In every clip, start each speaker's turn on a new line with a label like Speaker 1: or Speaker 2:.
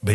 Speaker 1: Ben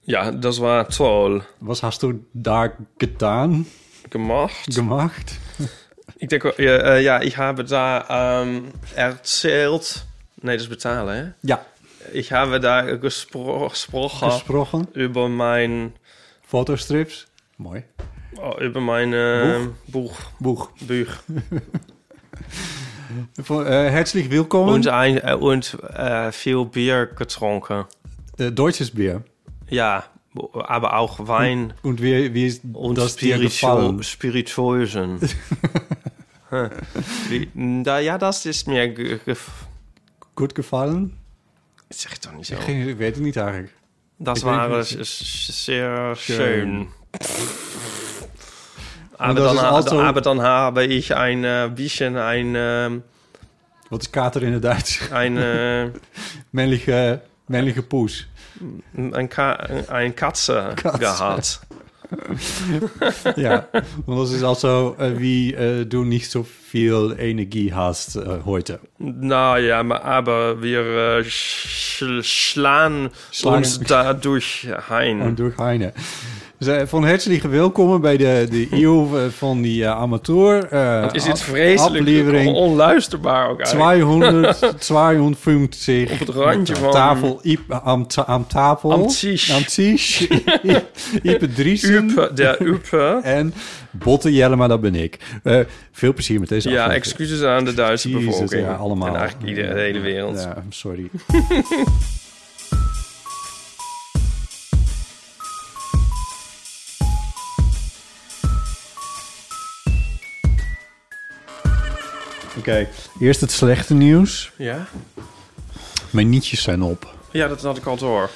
Speaker 2: ja, das war toll
Speaker 3: Was hast du da getan,
Speaker 2: gemacht.
Speaker 3: gemacht?
Speaker 2: ik denk, eh, eh, ja, ik heb daar ehm erzählt. Nee, dat is betalen, hè?
Speaker 3: Ja,
Speaker 2: Ik heb daar gespro gesproken
Speaker 3: gesprochen.
Speaker 2: over mijn,
Speaker 3: Fotostrips. Mooi.
Speaker 2: oh, over mijn eh boeg.
Speaker 3: Boeg.
Speaker 2: Buch.
Speaker 3: Voor, eh, herzlich willkommen.
Speaker 2: Und, ein, eh, und eh, veel bier getrunken.
Speaker 3: Eh, Deutsches Bier.
Speaker 2: Ja, aber auch Wein
Speaker 3: Und wie, wie ist
Speaker 2: und
Speaker 3: das dir
Speaker 2: Spirituo-
Speaker 3: gefallen?
Speaker 2: Spirituosen. Huh. Wie- da, ja, das ist mir... Ge ge
Speaker 3: Goed gefallen?
Speaker 2: zeg het toch niet zo.
Speaker 3: Geen, ik weet het niet eigenlijk.
Speaker 2: Dat
Speaker 3: Ik
Speaker 2: waren
Speaker 3: weet
Speaker 2: ze- ze- zeer
Speaker 3: Schön.
Speaker 2: schön. Maar
Speaker 3: dat
Speaker 2: dan,
Speaker 3: is
Speaker 2: ha-
Speaker 3: also-
Speaker 2: aber dan habe ich ein äh, bisschen ein, ähm,
Speaker 3: Wat is kater in het Duits?
Speaker 2: ein, äh,
Speaker 3: Männliche, männliche poes.
Speaker 2: ein, Ka ein Katze,
Speaker 3: Katze.
Speaker 2: gehad.
Speaker 3: ja, want dat is also eh, wie eh du nicht so viel Energie hast eh, heute.
Speaker 2: Nou ja, maar aber wir äh, sch schlagen
Speaker 3: Schlagen.
Speaker 2: uns dadurch
Speaker 3: En
Speaker 2: ein.
Speaker 3: door Heine. Dus, eh, van herzlich welkom bij de, de eeuw eh, van die eh, amateur. eh,
Speaker 2: Is dit
Speaker 3: af-
Speaker 2: vreselijk on-
Speaker 3: Aflevering
Speaker 2: onluisterbaar ook eigenlijk?
Speaker 3: 200, 250.
Speaker 2: Op het randje
Speaker 3: Aan
Speaker 2: van-
Speaker 3: Nou, Tafel, Iep, aan, ta- aan tafel.
Speaker 2: Aan tisch.
Speaker 3: Aan tisch. Iep- Iep Driessen.
Speaker 2: Upe, der Upe.
Speaker 3: En Botte Jellema, dat ben ik. Eh, veel plezier met deze
Speaker 2: Ja,
Speaker 3: aflevering.
Speaker 2: excuses aan de Duitse
Speaker 3: Jezus,
Speaker 2: bevolking.
Speaker 3: ja, allemaal.
Speaker 2: En eigenlijk ieder, de hele wereld.
Speaker 3: Ja, sorry. Oké, eerst het slechte nieuws.
Speaker 2: ja?
Speaker 3: Mijn nietjes zijn op.
Speaker 2: Ja, dat had ik al door.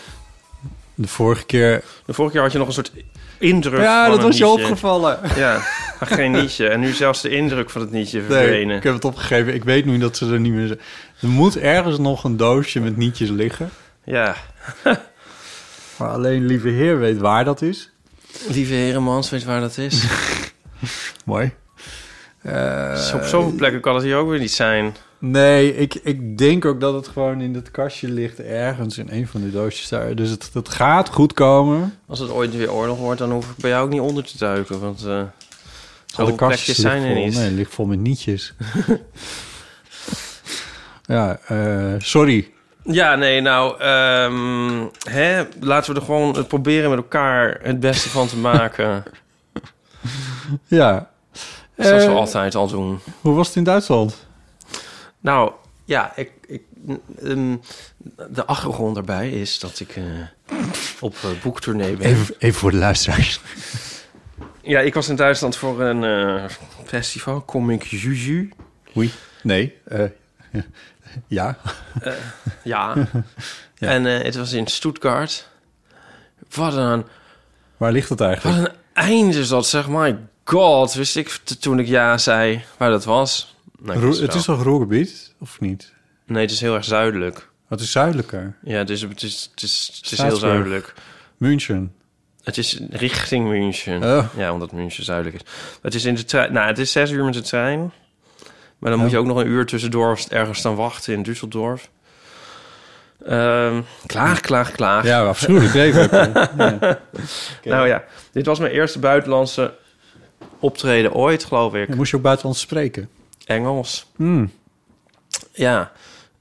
Speaker 3: De vorige keer...
Speaker 2: De vorige keer had je nog een soort indruk
Speaker 3: Ja,
Speaker 2: van
Speaker 3: dat
Speaker 2: een
Speaker 3: was je
Speaker 2: nietje.
Speaker 3: opgevallen.
Speaker 2: Ja, maar geen nietje. En nu zelfs de indruk van het nietje
Speaker 3: Nee,
Speaker 2: verdwenen.
Speaker 3: ik heb het opgegeven. Ik weet nu dat ze er niet meer zijn. Er moet ergens nog een doosje met nietjes liggen.
Speaker 2: Ja.
Speaker 3: Maar alleen lieve heer weet waar dat is.
Speaker 2: Lieve herenmans, weet waar dat is?
Speaker 3: Mooi. Eh,
Speaker 2: Dus Op zoveel plekken kan het hier ook weer niet zijn.
Speaker 3: nee, ik, ik denk ook dat het gewoon in dat kastje ligt ergens in een van de doosjes daar. Dus het, het gaat goed komen.
Speaker 2: Als het ooit weer oorlog wordt, dan hoef ik bij jou ook niet onder te duiken. Want eh
Speaker 3: Alle
Speaker 2: zoveel plekjes
Speaker 3: liggen
Speaker 2: zijn er
Speaker 3: vol,
Speaker 2: niet.
Speaker 3: Nee, het ligt vol met nietjes. ja, eh, sorry.
Speaker 2: Ja, nee, nou, ehm, hè, laten we er gewoon het proberen met elkaar het beste van te maken.
Speaker 3: Ja.
Speaker 2: Zoals we
Speaker 3: Eh,
Speaker 2: altijd al doen.
Speaker 3: Hoe was het in Duitsland?
Speaker 2: Nou, ja, ik, ik, ehm, de achtergrond daarbij is dat ik eh, op eh, boektournee ben.
Speaker 3: even voor de luisteraars.
Speaker 2: Ja, ik was in Duitsland voor een eh, festival, Comic Juju.
Speaker 3: Oei. Nee. eh, ja.
Speaker 2: Ja. En eh, het was in Stuttgart. Wat een,
Speaker 3: Waar ligt het
Speaker 2: wat
Speaker 3: eigenlijk?
Speaker 2: een eind is dat, zeg. My god, wist ik t- toen ik ja zei waar dat was. Nou, ik
Speaker 3: Roer-
Speaker 2: wist
Speaker 3: het
Speaker 2: wel.
Speaker 3: is toch Roergebied? Of niet?
Speaker 2: Nee, het is heel erg zuidelijk.
Speaker 3: Het is zuidelijker.
Speaker 2: Ja, het is, het is, het is, het is heel
Speaker 3: Straatsburg.
Speaker 2: zuidelijk.
Speaker 3: München.
Speaker 2: Het is richting München.
Speaker 3: Oh.
Speaker 2: Ja, omdat München zuidelijk is. Het is in de trein. Nou, het is zes uur met de trein. Maar dan moet
Speaker 3: Ja.
Speaker 2: je ook nog een uur tussendoor ergens staan wachten in Düsseldorf. Ehm, klaag, klaag, klaag.
Speaker 3: Ja, afschuwelijk leven. ja.
Speaker 2: Nou ja, dit was mijn eerste buitenlandse optreden ooit, geloof ik.
Speaker 3: Dan moest je ook buitenlands spreken.
Speaker 2: Engels. Ja.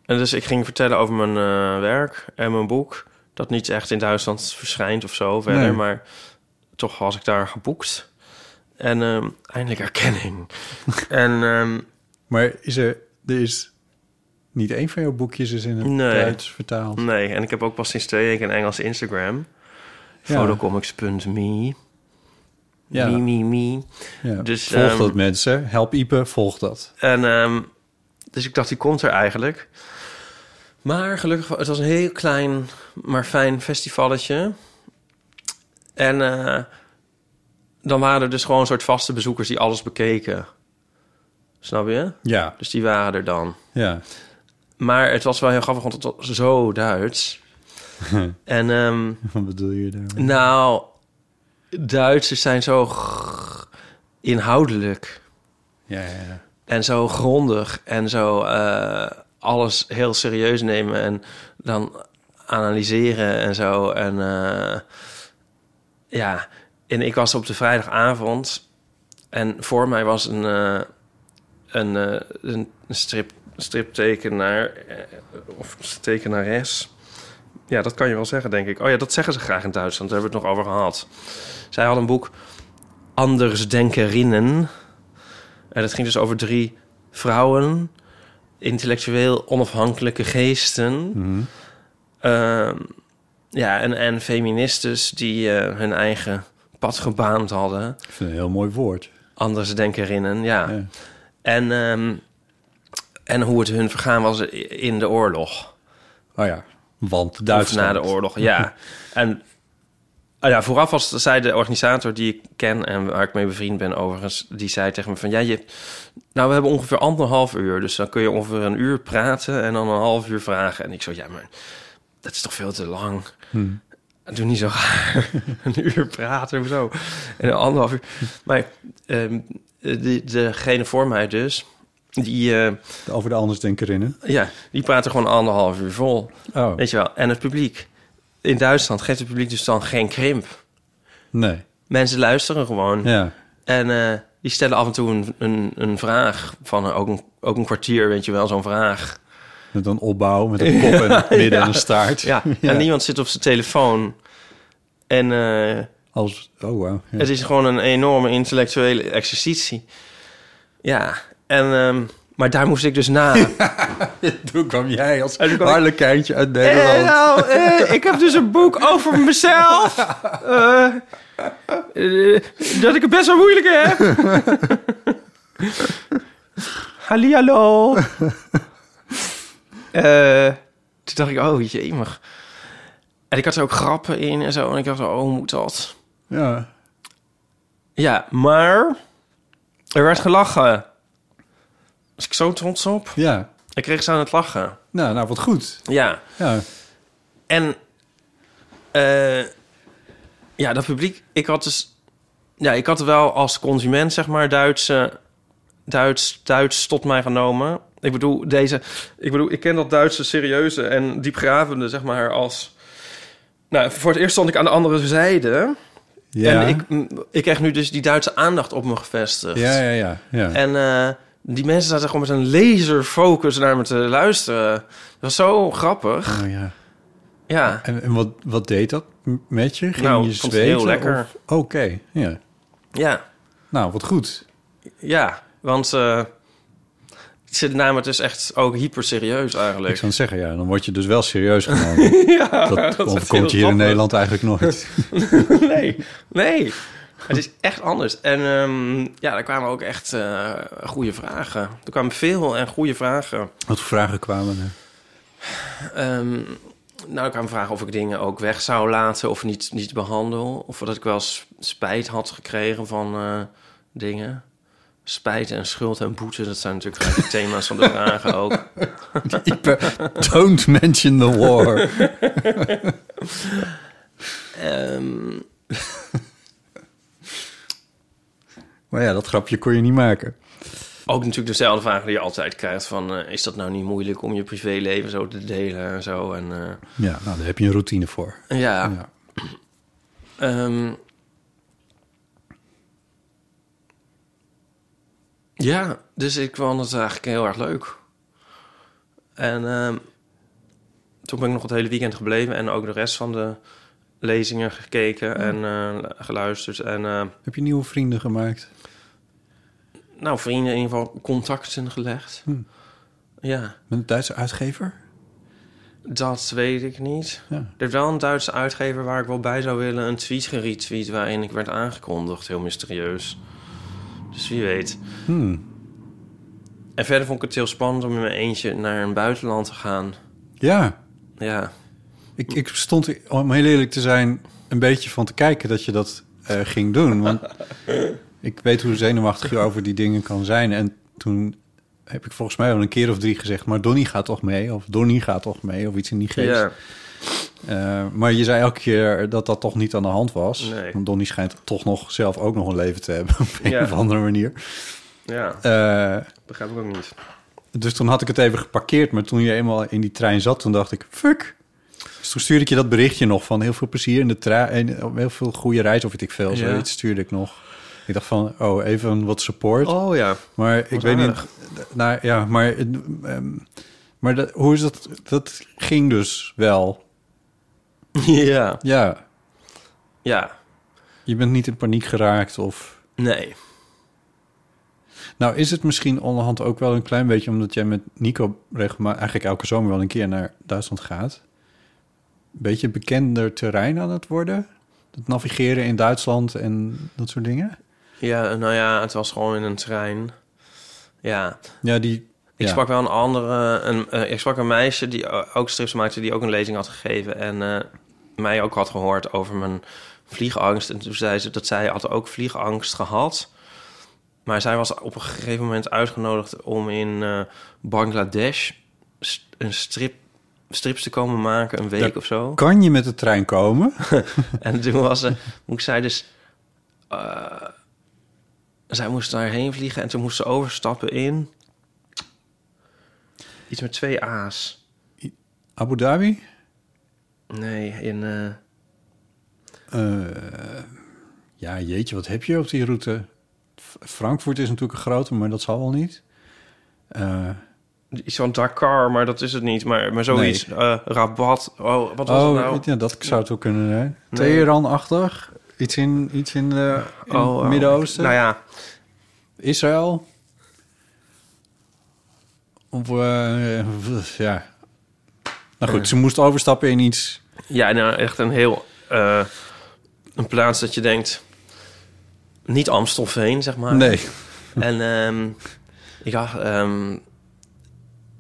Speaker 2: En dus ik ging vertellen over mijn eh, werk en mijn boek. Dat niet echt in Duitsland verschijnt of zo verder.
Speaker 3: Nee.
Speaker 2: Maar toch was ik daar geboekt. En ehm, eindelijk erkenning. en ehm,
Speaker 3: Maar is er, er is niet één van jouw boekjes is in het
Speaker 2: Nee.
Speaker 3: Duits vertaald.
Speaker 2: nee, en ik heb ook pas sinds twee weken een Engels Instagram.
Speaker 3: Ja.
Speaker 2: Photocomics.me.
Speaker 3: Ja.
Speaker 2: Me, me, me.
Speaker 3: Ja.
Speaker 2: Dus,
Speaker 3: volg
Speaker 2: ehm,
Speaker 3: dat mensen. Help Ipe, volg dat.
Speaker 2: En ehm, dus ik dacht, die komt er eigenlijk. Maar gelukkig, wa- het was een heel klein, maar fijn festivalletje. En eh, dan waren er dus gewoon een soort vaste bezoekers die alles bekeken. Snap je?
Speaker 3: Ja,
Speaker 2: Dus die waren er dan.
Speaker 3: ja.
Speaker 2: Maar het was wel heel grappig, want het was zo Duits. en ehm,
Speaker 3: Wat bedoel je daarmee?
Speaker 2: nou, Duitsers zijn zo g- inhoudelijk.
Speaker 3: Ja, ja, ja.
Speaker 2: En zo grondig en zo eh, alles heel serieus nemen en dan analyseren en zo. En eh, ja, en ik was op de vrijdagavond en voor mij was een, eh, een, eh, een strip, striptekenaar eh, of tekenares. Ja, dat kan je wel zeggen, denk ik. Oh ja, dat zeggen ze graag in Duitsland. Daar hebben we het nog over gehad. Zij had een boek Andersdenkerinnen. En dat ging dus over drie vrouwen, intellectueel onafhankelijke geesten. Ehm, ja, en, en feministes die eh, hun eigen pad gebaand hadden.
Speaker 3: Ik vind het een heel mooi woord.
Speaker 2: Anders denkerinnen, ja.
Speaker 3: Ja.
Speaker 2: En, ehm, en hoe het hun vergaan was i- in de oorlog.
Speaker 3: Oh ja, want
Speaker 2: Of
Speaker 3: Duitsland.
Speaker 2: na de oorlog, ja. en ah ja, vooraf was zei de organisator die ik ken en waar ik mee bevriend ben overigens, die zei tegen me van ja, je, hebt- nou we hebben ongeveer anderhalf uur, dus dan kun je ongeveer een uur praten en dan een half uur vragen. En ik zo ja, maar dat is toch veel te lang. Doe niet zo raar. een uur praten of zo. En een anderhalf uur. Maar ehm, die, degene voor mij dus, die, eh,
Speaker 3: Over de andersdenkerinnen.
Speaker 2: ja, die praat er gewoon anderhalf uur vol.
Speaker 3: Oh,
Speaker 2: Weet je wel, en het publiek. In Duitsland geeft het publiek dus dan geen krimp.
Speaker 3: nee.
Speaker 2: Mensen luisteren gewoon.
Speaker 3: Ja,
Speaker 2: En eh, die stellen af en toe een, een, een vraag van eh, ook een, ook een kwartier, weet je wel, zo'n vraag.
Speaker 3: met een opbouw, met een kop en midden en een staart.
Speaker 2: Ja, en niemand zit op zijn telefoon. En eh,
Speaker 3: Als, oh wow. Ja.
Speaker 2: het is gewoon een enorme intellectuele exercitie. Ja, en, ehm, maar daar moest ik dus na.
Speaker 3: Toen kwam jij als
Speaker 2: toen kwam ik-
Speaker 3: harlekijntje uit Nederland.
Speaker 2: Eh, nou, eh, ik heb dus een boek over mezelf. Eh, eh, dat ik het best wel moeilijk heb. Hallihallo. Eh, toen dacht ik, oh jemig. En ik had er ook grappen in en zo. En ik dacht, oh, hoe moet dat?
Speaker 3: Ja.
Speaker 2: Ja, maar er werd gelachen. Was ik zo trots op.
Speaker 3: ja,
Speaker 2: Ik kreeg ze aan het lachen.
Speaker 3: nou, nou wat goed.
Speaker 2: Ja.
Speaker 3: Ja,
Speaker 2: En eh, ja, dat publiek, ik had dus, ja, ik had wel als consument zeg maar Duitse, Duits, Duits tot mij genomen. Ik bedoel deze, ik bedoel, ik ken dat Duitse serieuze en diepgravende zeg maar als. Nou, voor het eerst stond ik aan de andere zijde
Speaker 3: ja.
Speaker 2: en ik, m, ik kreeg nu dus die Duitse aandacht op me gevestigd.
Speaker 3: ja, ja, ja. ja.
Speaker 2: En eh, die mensen zaten gewoon met een laserfocus naar me te luisteren. Dat was zo grappig.
Speaker 3: Oh, ja.
Speaker 2: Ja.
Speaker 3: En, en wat, wat deed dat m- met je? Ging
Speaker 2: Nou,
Speaker 3: je
Speaker 2: ik vond
Speaker 3: zweten?
Speaker 2: het heel lekker.
Speaker 3: of- Oké, ja.
Speaker 2: Ja,
Speaker 3: Nou, wat goed.
Speaker 2: ja. Want eh, ze namen het dus echt ook hyper serieus
Speaker 3: Ik
Speaker 2: eigenlijk.
Speaker 3: zou het zeggen, ja, dan word je dus wel serieus genomen. ja, dat,
Speaker 2: is
Speaker 3: overkomt je hier
Speaker 2: heel
Speaker 3: in
Speaker 2: grappig.
Speaker 3: Nederland eigenlijk nooit.
Speaker 2: Nee, nee. Het is echt anders. En ehm, ja, er kwamen ook echt eh, goede vragen. Er kwamen veel en goede vragen.
Speaker 3: wat voor vragen kwamen er?
Speaker 2: Ehm, nou, ik kwam vragen of ik dingen ook weg zou laten of niet, niet behandel. Of dat ik wel s- spijt had gekregen van eh, dingen. Spijt en schuld en boete, dat zijn natuurlijk gelijk de thema's van de vragen ook.
Speaker 3: Don't mention the war.
Speaker 2: Ehm,
Speaker 3: maar ja, dat grapje kon je niet maken.
Speaker 2: Ook natuurlijk dezelfde vraag die je altijd krijgt van... eh, is dat nou niet moeilijk om je privéleven zo te delen en zo? En, eh,
Speaker 3: Ja, nou, daar heb je een routine voor.
Speaker 2: ja.
Speaker 3: Ja.
Speaker 2: Ehm. ja, dus ik vond het eigenlijk heel erg leuk. En ehm, toen ben ik nog het hele weekend gebleven... en ook de rest van de lezingen gekeken en eh, geluisterd. En eh,
Speaker 3: Heb je nieuwe vrienden gemaakt?
Speaker 2: nou, vrienden in ieder geval contacten gelegd. Ja,
Speaker 3: Met een Duitse uitgever?
Speaker 2: dat weet ik niet.
Speaker 3: Ja.
Speaker 2: Er is wel een Duitse uitgever waar ik wel bij zou willen. Een tweet geretweet waarin ik werd aangekondigd. Heel mysterieus. Dus wie weet.
Speaker 3: Hmm.
Speaker 2: En verder vond ik het heel spannend om in mijn eentje naar een buitenland te gaan.
Speaker 3: Ja,
Speaker 2: Ja,
Speaker 3: ik, ik stond, er, om heel eerlijk te zijn, een beetje van te kijken dat je dat eh, ging doen. Want ik weet hoe zenuwachtig je over die dingen kan zijn. En toen heb ik volgens mij al een keer of drie gezegd... maar Donnie gaat toch mee? Of Donnie gaat toch mee? Of iets in die geest.
Speaker 2: ja.
Speaker 3: Eh, maar je zei elke keer dat dat toch niet aan de hand was.
Speaker 2: Nee.
Speaker 3: Want Donnie schijnt toch nog zelf ook nog een leven te hebben. Op een
Speaker 2: Ja.
Speaker 3: of andere manier.
Speaker 2: ja.
Speaker 3: Eh,
Speaker 2: begrijp ik ook niet.
Speaker 3: dus toen had ik het even geparkeerd. Maar toen je eenmaal in die trein zat, toen dacht ik... Fuck! Dus toen stuurde ik je dat berichtje nog van heel veel plezier in de trein... en heel veel goede reis of weet ik veel.
Speaker 2: Ja.
Speaker 3: Zoiets stuurde ik nog. Ik dacht van, oh, even wat support.
Speaker 2: Oh ja.
Speaker 3: maar ik
Speaker 2: wat
Speaker 3: weet
Speaker 2: aardig.
Speaker 3: niet... Nou ja, maar... eh, ehm, maar dat, hoe is dat? Dat ging dus wel.
Speaker 2: ja.
Speaker 3: Ja,
Speaker 2: Ja.
Speaker 3: je bent niet in paniek geraakt of...
Speaker 2: Nee.
Speaker 3: Nou is het misschien onderhand ook wel een klein beetje... omdat jij met Nico regelmatig eigenlijk elke zomer wel een keer naar Duitsland gaat. Beetje bekender terrein aan het worden. Het navigeren in Duitsland en dat soort dingen.
Speaker 2: Ja, nou ja, het was gewoon in een trein. Ja.
Speaker 3: Ja, die...
Speaker 2: Ik
Speaker 3: ja.
Speaker 2: sprak wel een andere... Een, eh, ik sprak een meisje die o- ook strips maakte... die ook een lezing had gegeven. En eh, mij ook had gehoord over mijn vliegangst. En toen zei ze dat zij had ook vliegangst gehad. Maar zij was op een gegeven moment uitgenodigd... om in eh, Bangladesh st- een strip, strips te komen maken. Een week
Speaker 3: Ja.
Speaker 2: of zo.
Speaker 3: Kan je met de trein komen?
Speaker 2: En toen was ze, moest zij dus. eh, zij moest daarheen vliegen en toen moest ze overstappen in. Iets met twee A's.
Speaker 3: Abu Dhabi?
Speaker 2: Nee, in. eh,
Speaker 3: Eh, ja, jeetje, wat heb je op die route? F- Frankfurt is natuurlijk een grote, maar dat zal wel niet. Eh,
Speaker 2: iets van Dakar, maar dat is het niet. Maar, maar zoiets. eh, Rabat. Oh, wat was
Speaker 3: oh,
Speaker 2: het nou?
Speaker 3: ja, dat zou het ook kunnen zijn.
Speaker 2: Nee.
Speaker 3: Teheran-achtig? Iets in, iets in, de, in
Speaker 2: Oh,
Speaker 3: het
Speaker 2: oh.
Speaker 3: Midden-Oosten?
Speaker 2: Nou ja,
Speaker 3: Israël? Of, eh, v- ja. Nou goed, ze moest overstappen in iets.
Speaker 2: ja nou, echt een heel. eh, een plaats dat je denkt. Niet Amstelveen, zeg maar.
Speaker 3: Nee.
Speaker 2: En ehm, ik dacht, ehm,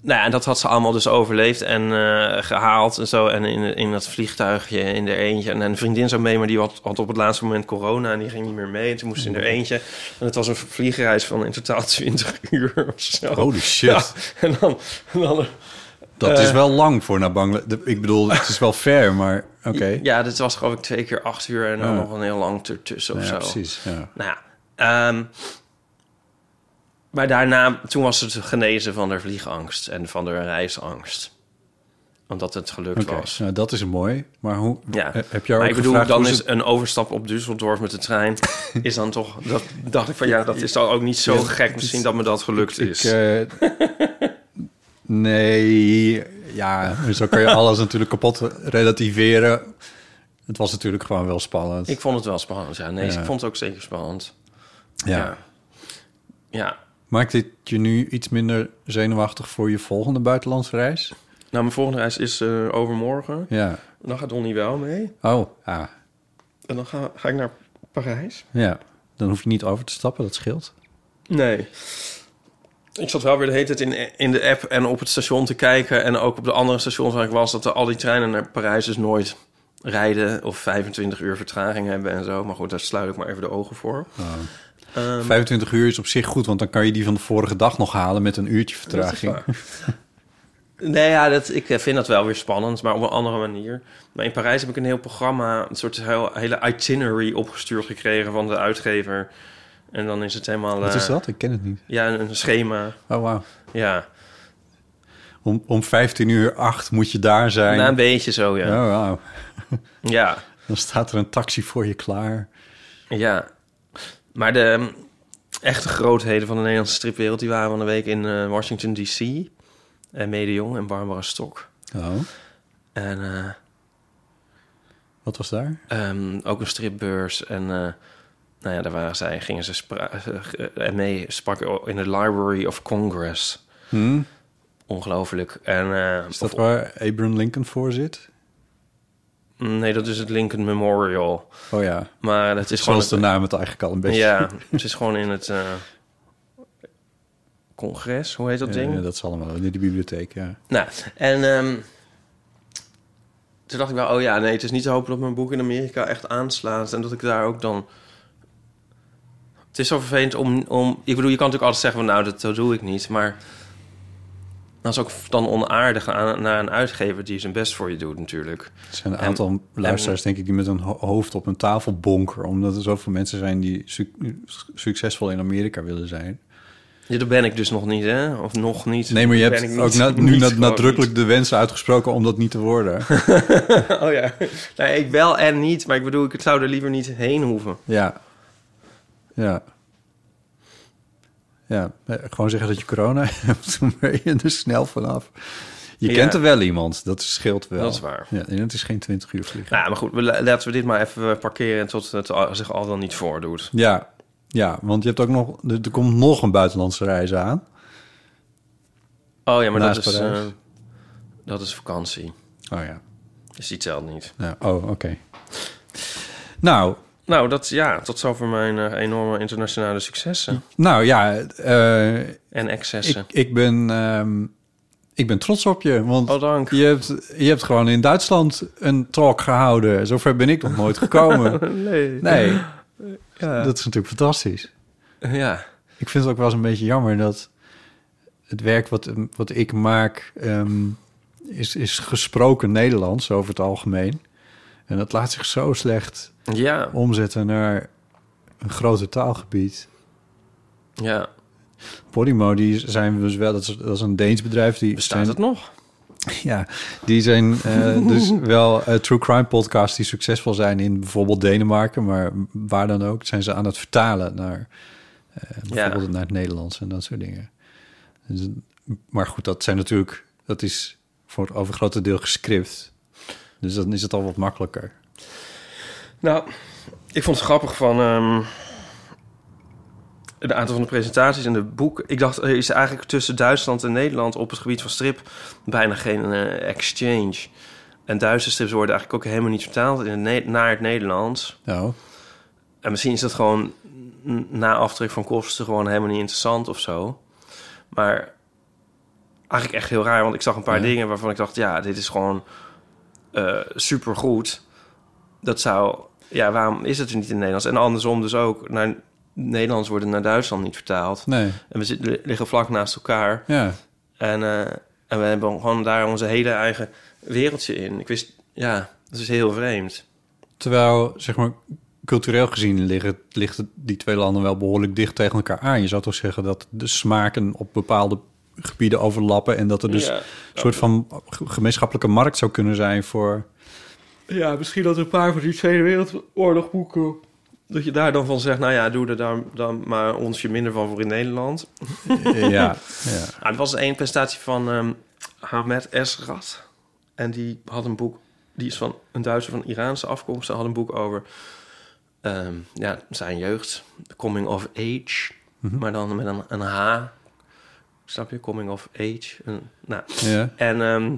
Speaker 2: nou ja, en dat had ze allemaal dus overleefd en eh, gehaald en zo. En in, in dat vliegtuigje, in de eentje. En een vriendin zou mee, maar die had, had op het laatste moment corona en die ging niet meer mee. En toen moest ze in
Speaker 3: Mm.
Speaker 2: de eentje. En het was een vliegreis van in totaal 20 uur of zo.
Speaker 3: Holy shit.
Speaker 2: Ja, en dan, en dan
Speaker 3: Dat
Speaker 2: Eh.
Speaker 3: is wel lang voor naar Bangladesh. Ik bedoel, het is wel fair, maar oké.
Speaker 2: ja, dit was geloof ik twee keer acht uur en dan
Speaker 3: Ja.
Speaker 2: nog een heel lang ertussen of
Speaker 3: Ja,
Speaker 2: zo.
Speaker 3: precies. Ja.
Speaker 2: Nou ja, ehm, maar daarna, toen was het genezen van de vliegangst en van de reisangst. Omdat het gelukt
Speaker 3: Oké,
Speaker 2: was.
Speaker 3: nou dat is mooi. Maar hoe
Speaker 2: Ja,
Speaker 3: eh, heb jij ook
Speaker 2: maar ik bedoel,
Speaker 3: gevraagd
Speaker 2: dan
Speaker 3: hoe
Speaker 2: is
Speaker 3: ze-
Speaker 2: een overstap op Düsseldorf met de trein... is dan toch, dat dacht ik van ja, dat is dan ook niet zo gek misschien dat me dat gelukt is.
Speaker 3: Ik, eh, nee, ja, zo kan je alles natuurlijk kapot relativeren. Het was natuurlijk gewoon wel spannend.
Speaker 2: Ik vond het wel spannend, ja. Nee,
Speaker 3: Ja.
Speaker 2: ik vond het ook zeker spannend.
Speaker 3: ja.
Speaker 2: ja. Ja,
Speaker 3: Maakt dit je nu iets minder zenuwachtig voor je volgende buitenlandse reis?
Speaker 2: nou mijn volgende reis is eh, overmorgen.
Speaker 3: Ja.
Speaker 2: Dan gaat Donnie wel mee.
Speaker 3: Oh, ah,
Speaker 2: En dan ga, ga ik naar Parijs.
Speaker 3: ja. Dan hoef je niet over te stappen, dat scheelt.
Speaker 2: Nee. Ik zat wel weer de hele tijd in, in de app en op het station te kijken. En ook op de andere stations waar ik was, dat er al die treinen naar Parijs dus nooit rijden. Of 25 uur vertraging hebben en zo. Maar goed, daar sluit ik maar even de ogen voor. Ehm,
Speaker 3: 25 uur is op zich goed, want dan kan je die van de vorige dag nog halen met een uurtje vertraging.
Speaker 2: Nee, ja, dat, ik eh, vind dat wel weer spannend, maar op een andere manier. Maar in Parijs heb ik een heel programma, een soort heel, hele itinerary opgestuurd gekregen van de uitgever. En dan is het helemaal...
Speaker 3: Wat
Speaker 2: eh,
Speaker 3: is dat? Ik ken het niet.
Speaker 2: Ja, een, een schema.
Speaker 3: Oh, wauw.
Speaker 2: Ja,
Speaker 3: Om, om 15 uur 8 moet je daar zijn.
Speaker 2: nou, een beetje zo, ja.
Speaker 3: Oh, wauw.
Speaker 2: ja.
Speaker 3: Dan staat er een taxi voor je klaar.
Speaker 2: Ja, maar de ehm, echte grootheden van de Nederlandse stripwereld... die waren van de week in eh, Washington D.C. Oh. En Mede Jong en Barbara Stok.
Speaker 3: Oh.
Speaker 2: En eh,
Speaker 3: Wat was daar?
Speaker 2: Ehm, ook een stripbeurs. En eh, nou ja, daar waren zij, gingen ze spra- eh, eh, mee spraken in de Library of Congress.
Speaker 3: Hm?
Speaker 2: Ongelooflijk. En, eh,
Speaker 3: Is dat
Speaker 2: of-
Speaker 3: waar Abraham Lincoln voor zit?
Speaker 2: Nee, dat is het Lincoln Memorial.
Speaker 3: Oh ja,
Speaker 2: Maar het is
Speaker 3: zoals de
Speaker 2: gewoon...
Speaker 3: naam het eigenlijk al een beetje...
Speaker 2: ja, het is gewoon in het... eh, congres, hoe heet dat ding?
Speaker 3: Eh, dat is allemaal in de bibliotheek, ja.
Speaker 2: Nou, en ehm, toen dacht ik wel, oh ja, nee, het is niet te hopen dat mijn boek in Amerika echt aanslaat en dat ik daar ook dan. Het is zo vervelend om, om. Ik bedoel, je kan natuurlijk altijd zeggen van, nou, dat, dat doe ik niet, maar dat is ook dan onaardig aan, naar een uitgever die zijn best voor je doet natuurlijk.
Speaker 3: Er zijn een
Speaker 2: En-
Speaker 3: aantal luisteraars, denk ik, die met hun ho- hoofd op een tafel bonkeren... omdat er zoveel mensen zijn die suc- succesvol in Amerika willen zijn.
Speaker 2: Ja, dat ben ik dus nog niet, hè? Of nog niet.
Speaker 3: Nee, maar je
Speaker 2: Ben
Speaker 3: hebt
Speaker 2: ik
Speaker 3: ook
Speaker 2: niet-
Speaker 3: na- nu
Speaker 2: niet,
Speaker 3: na-
Speaker 2: gewoon
Speaker 3: nadrukkelijk de wensen uitgesproken om dat niet te worden.
Speaker 2: niet. Oh ja. Nee, ik wel en niet, maar ik bedoel, ik zou er liever niet heen hoeven.
Speaker 3: ja. Ja. Ja, eh, gewoon zeggen dat je corona hebt, dan ben je er snel vanaf. Je
Speaker 2: Ja.
Speaker 3: kent er wel iemand, dat scheelt wel.
Speaker 2: Dat is waar.
Speaker 3: Ja, en het is geen 20 uur vliegen.
Speaker 2: Nou, maar goed, we la- laten we dit maar even eh, parkeren tot het al- zich al dan niet voordoet.
Speaker 3: Ja, ja want je hebt ook nog, er, er komt nog een buitenlandse reis aan.
Speaker 2: Oh ja, maar
Speaker 3: Naast
Speaker 2: dat is,
Speaker 3: Parijs.
Speaker 2: eh, dat is vakantie.
Speaker 3: Oh ja.
Speaker 2: Dus die telt niet.
Speaker 3: ja. Oh, oké. Nou,
Speaker 2: Nou, dat, ja, tot zover mijn eh, enorme internationale successen
Speaker 3: nou ja, eh,
Speaker 2: en
Speaker 3: ik,
Speaker 2: excessen.
Speaker 3: ik, ben, ehm, ik ben trots op je. Want
Speaker 2: Oh, dank.
Speaker 3: Je hebt, je hebt gewoon in Duitsland een talk gehouden. Zover ben ik nog nooit gekomen.
Speaker 2: Nee.
Speaker 3: Nee,
Speaker 2: Ja.
Speaker 3: dat is natuurlijk fantastisch.
Speaker 2: ja.
Speaker 3: Ik vind het ook wel eens een beetje jammer dat het werk wat, wat ik maak... ehm, is, is gesproken Nederlands over het algemeen. En dat laat zich zo slecht
Speaker 2: Ja.
Speaker 3: omzetten naar een groter taalgebied.
Speaker 2: Ja.
Speaker 3: Podimo, die zijn we dus wel... Dat is, dat is een Deens bedrijf. Die
Speaker 2: Bestaat
Speaker 3: zijn-
Speaker 2: het nog?
Speaker 3: Ja, die zijn eh, dus wel eh, true crime podcasts die succesvol zijn in bijvoorbeeld Denemarken, maar waar dan ook, zijn ze aan het vertalen naar eh, bijvoorbeeld naar het Nederlands en dat soort dingen. Dus, maar goed, dat zijn natuurlijk, dat is voor het overgrote deel gescript. Dus dan is het al wat makkelijker.
Speaker 2: Nou, ik vond het grappig van... ehm een aantal van de presentaties en de boeken. Ik dacht, er is eigenlijk tussen Duitsland en Nederland... op het gebied van strip bijna geen eh, exchange. En Duitse strips worden eigenlijk ook helemaal niet vertaald in het Ne- naar het Nederlands.
Speaker 3: Nou,
Speaker 2: En misschien is dat gewoon n- na aftrek van kosten gewoon helemaal niet interessant of zo. Maar eigenlijk echt heel raar, want ik zag een paar
Speaker 3: Ja.
Speaker 2: dingen waarvan ik dacht, ja, dit is gewoon super supergoed. Dat zou, ja, waarom is het er niet in het Nederlands? En andersom dus ook, naar Nederlands worden naar Duitsland niet vertaald.
Speaker 3: nee,
Speaker 2: En we zitten, liggen vlak naast elkaar.
Speaker 3: ja,
Speaker 2: En, eh, en we hebben gewoon daar onze hele eigen wereldje in. Ik wist, ja, dat is heel vreemd.
Speaker 3: terwijl zeg maar cultureel gezien liggen, liggen die twee landen wel behoorlijk dicht tegen elkaar aan. Je zou toch zeggen dat de smaken op bepaalde gebieden overlappen en dat er dus
Speaker 2: Ja.
Speaker 3: Een soort van gemeenschappelijke markt zou kunnen zijn voor...
Speaker 2: Ja, misschien dat een paar van die Tweede Wereldoorlog boeken... Dat je daar dan van zegt, nou ja, doe er daar dan maar onsje minder van voor in Nederland.
Speaker 3: eh, ja, ja.
Speaker 2: Ah, er was één presentatie van ehm Hamed Esrat. En die had een boek, die is van een Duitser van Iraanse afkomst. Ze had een boek over ehm, ja, zijn jeugd, coming of age. Maar dan met een, een H, snap je? Coming of age. Een, nou,
Speaker 3: ja.
Speaker 2: en ehm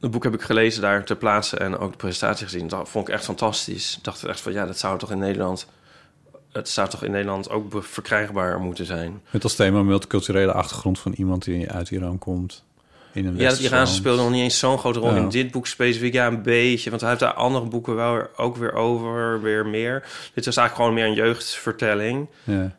Speaker 2: het boek heb ik gelezen daar ter plaatse en ook de presentatie gezien. Dat vond ik echt fantastisch. Ik dacht echt van ja, dat zou toch in Nederland. Het zou toch in Nederland ook be- verkrijgbaar moeten zijn.
Speaker 3: Met als thema multiculturele achtergrond van iemand die uit Iran komt. In een
Speaker 2: Ja, dat
Speaker 3: westerse
Speaker 2: Iraanse
Speaker 3: land.
Speaker 2: speelde nog niet eens zo'n grote rol
Speaker 3: Ja.
Speaker 2: in dit boek specifiek. Ja, een beetje. Want hij heeft daar andere boeken wel weer- ook weer over, weer meer. Dit was eigenlijk gewoon meer een jeugdvertelling.
Speaker 3: Ja.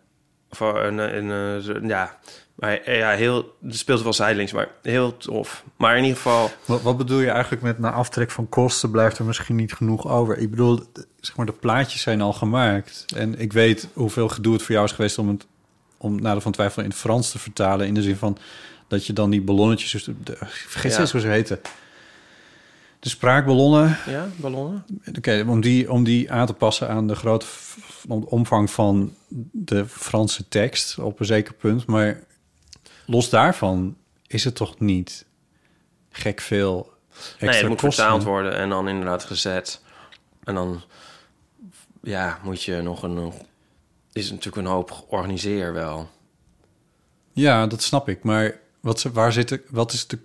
Speaker 2: Van een, een, een- ja, maar ja, heel. Het speelt wel zijdelings, maar heel tof. Maar in ieder geval.
Speaker 3: Wat, wat bedoel je eigenlijk met na aftrek van kosten blijft er misschien niet genoeg over? Ik bedoel, d- zeg maar, de plaatjes zijn al gemaakt. En ik weet hoeveel gedoe het voor jou is geweest om het om Nadeel van Twijfel in het Frans te vertalen. In de zin van dat je dan die ballonnetjes... Dus de, de- ik vergeet
Speaker 2: Ja.
Speaker 3: steeds hoe ze heten. De spraakballonnen...
Speaker 2: Ja, ballonnen?
Speaker 3: Oké, om, die, om die aan te passen aan de grote f- om- omvang van de Franse tekst op een zeker punt. Maar los daarvan is het toch niet gek veel
Speaker 2: nee, het moet
Speaker 3: kosten.
Speaker 2: vertaald worden en dan inderdaad gezet. En dan ja, moet je nog een... een- Is natuurlijk een hoop georganiseerd wel.
Speaker 3: Ja, dat snap ik. Maar wat, ze- waar zit er, wat is de...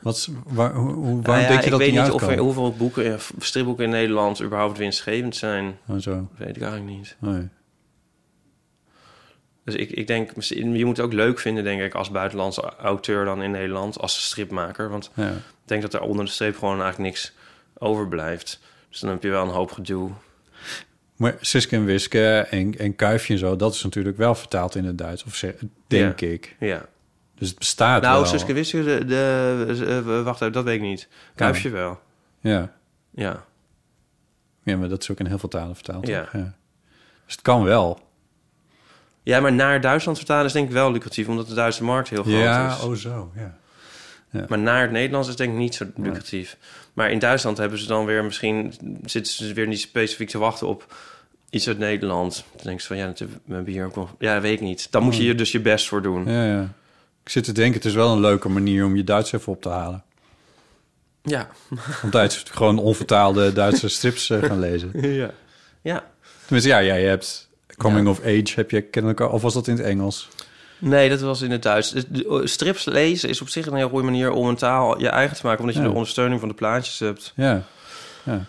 Speaker 3: Wat, is- waar, hoe, hoe- waarom
Speaker 2: Nou ja,
Speaker 3: denk je dat
Speaker 2: Ik
Speaker 3: die
Speaker 2: weet niet of
Speaker 3: uitkomen?
Speaker 2: er, hoeveel boeken, stripboeken in Nederland überhaupt winstgevend zijn.
Speaker 3: Oh, zo.
Speaker 2: Dat weet ik eigenlijk niet.
Speaker 3: Nee.
Speaker 2: Dus ik, ik denk, je moet het ook leuk vinden, denk ik, als buitenlandse auteur dan in Nederland, als stripmaker. Want
Speaker 3: Ja.
Speaker 2: ik denk dat er onder de streep gewoon eigenlijk niks overblijft. Dus dan heb je wel een hoop gedoe.
Speaker 3: Maar Siske en Wiske en, en Kuifje en zo, dat is natuurlijk wel vertaald in het Duits, of ze- denk
Speaker 2: Ja.
Speaker 3: ik.
Speaker 2: Ja.
Speaker 3: Dus het bestaat wel.
Speaker 2: nou, Suske Wiske, de, de, eh, wacht even, dat weet ik niet. Kuifje wel.
Speaker 3: Ja.
Speaker 2: Ja.
Speaker 3: ja, maar dat is ook in heel veel talen vertaald.
Speaker 2: Ja.
Speaker 3: toch? Dus het kan wel.
Speaker 2: ja, maar naar Duitsland vertalen is denk ik wel lucratief, omdat de Duitse markt heel groot
Speaker 3: Ja,
Speaker 2: is.
Speaker 3: oh zo, ja.
Speaker 2: Maar naar het Nederlands is denk ik niet zo lucratief. Maar in Duitsland hebben ze dan weer misschien... zitten ze weer niet specifiek te wachten op iets uit Nederland. Dan denk je van, ja, dat hebben we hebben hier ook wel... Ja, weet ik niet. Dan
Speaker 3: Mm.
Speaker 2: moet je hier dus je best voor doen. Ja,
Speaker 3: Ja, ja. Ik zit te denken, het is wel een leuke manier om je Duits even op te halen.
Speaker 2: ja.
Speaker 3: Om Duits gewoon onvertaalde Duitse strips eh, gaan lezen.
Speaker 2: ja.
Speaker 3: Tenminste, ja, jij hebt Coming
Speaker 2: Ja.
Speaker 3: of Age, heb je kennelijk al, of was dat in het Engels?
Speaker 2: Nee, dat was in het Duits. Het- de- Strips lezen is op zich een heel goede manier om een taal je eigen te maken... omdat je
Speaker 3: Ja.
Speaker 2: de ondersteuning van de plaatjes hebt.
Speaker 3: Ja. ja.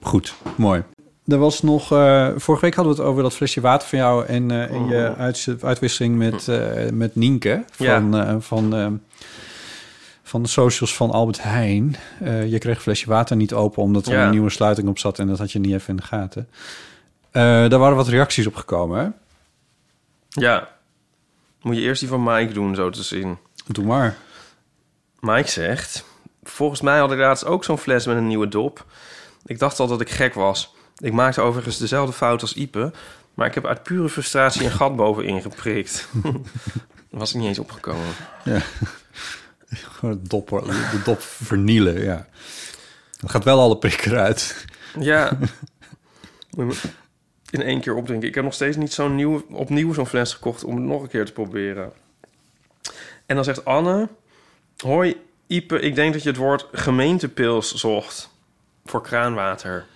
Speaker 3: Goed, mooi. Er was nog, eh, vorige week hadden we het over dat flesje water van jou en, eh, en je uitz- uitwisseling met, eh, met Nienke van, eh, van, eh, van de socials van Albert Heijn. Eh, je kreeg een flesje water niet open omdat er
Speaker 2: Ja.
Speaker 3: een nieuwe sluiting op zat en dat had je niet even in de gaten. Eh, daar waren wat reacties op gekomen. Hè?
Speaker 2: Ja. Moet je eerst die van Mike doen, zo te zien.
Speaker 3: Doe maar.
Speaker 2: Mike zegt... Volgens mij had ik laatst ook zo'n fles met een nieuwe dop. Ik dacht al dat ik gek was. Ik maakte overigens dezelfde fout als Ipe... maar ik heb uit pure frustratie een gat bovenin geprikt. was ik niet eens opgekomen.
Speaker 3: Gewoon het dop, de dop vernielen, ja. Dat gaat wel alle prik eruit.
Speaker 2: Ja. Moet je me In één keer opdrinken. Ik heb nog steeds niet zo'n nieuwe, opnieuw zo'n fles gekocht... om het nog een keer te proberen. En dan zegt Anne... Hoi Ipe, ik denk dat je het woord gemeentepils zocht... voor kraanwater.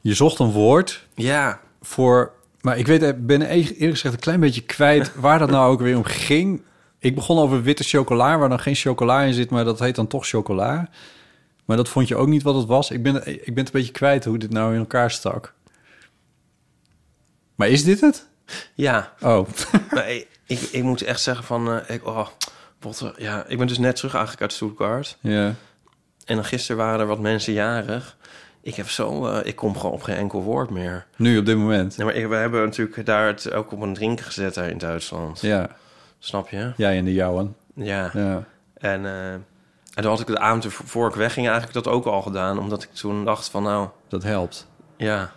Speaker 3: Je zocht een woord
Speaker 2: Ja,
Speaker 3: voor. Maar ik weet, ik ben e- eerlijk gezegd een klein beetje kwijt waar dat nou ook weer om ging. Ik begon over witte chocola, waar dan geen chocola in zit, maar dat heet dan toch chocola. Maar dat vond je ook niet wat het was. Ik ben, eh, ik ben het een beetje kwijt hoe dit nou in elkaar stak. Maar is dit het?
Speaker 2: Ja,
Speaker 3: Oh,
Speaker 2: maar ik, ik, ik moet echt zeggen van... eh, ik, oh, botter, ja, ik ben dus net terug eigenlijk uit Stuttgart.
Speaker 3: ja.
Speaker 2: En dan gisteren waren er wat mensen jarig. Ik heb zo... eh, ik kom gewoon op geen enkel woord meer.
Speaker 3: Nu op dit moment.
Speaker 2: Nee, maar ik- we hebben natuurlijk daar het ook op een drink gezet daar in Duitsland.
Speaker 3: Ja,
Speaker 2: Snap je?
Speaker 3: jij en de jouwen.
Speaker 2: Ja.
Speaker 3: Ja.
Speaker 2: En, eh, en toen had ik de avond ervo- voor ik wegging eigenlijk dat ook al gedaan. Omdat ik toen dacht van nou,
Speaker 3: Dat helpt.
Speaker 2: ja...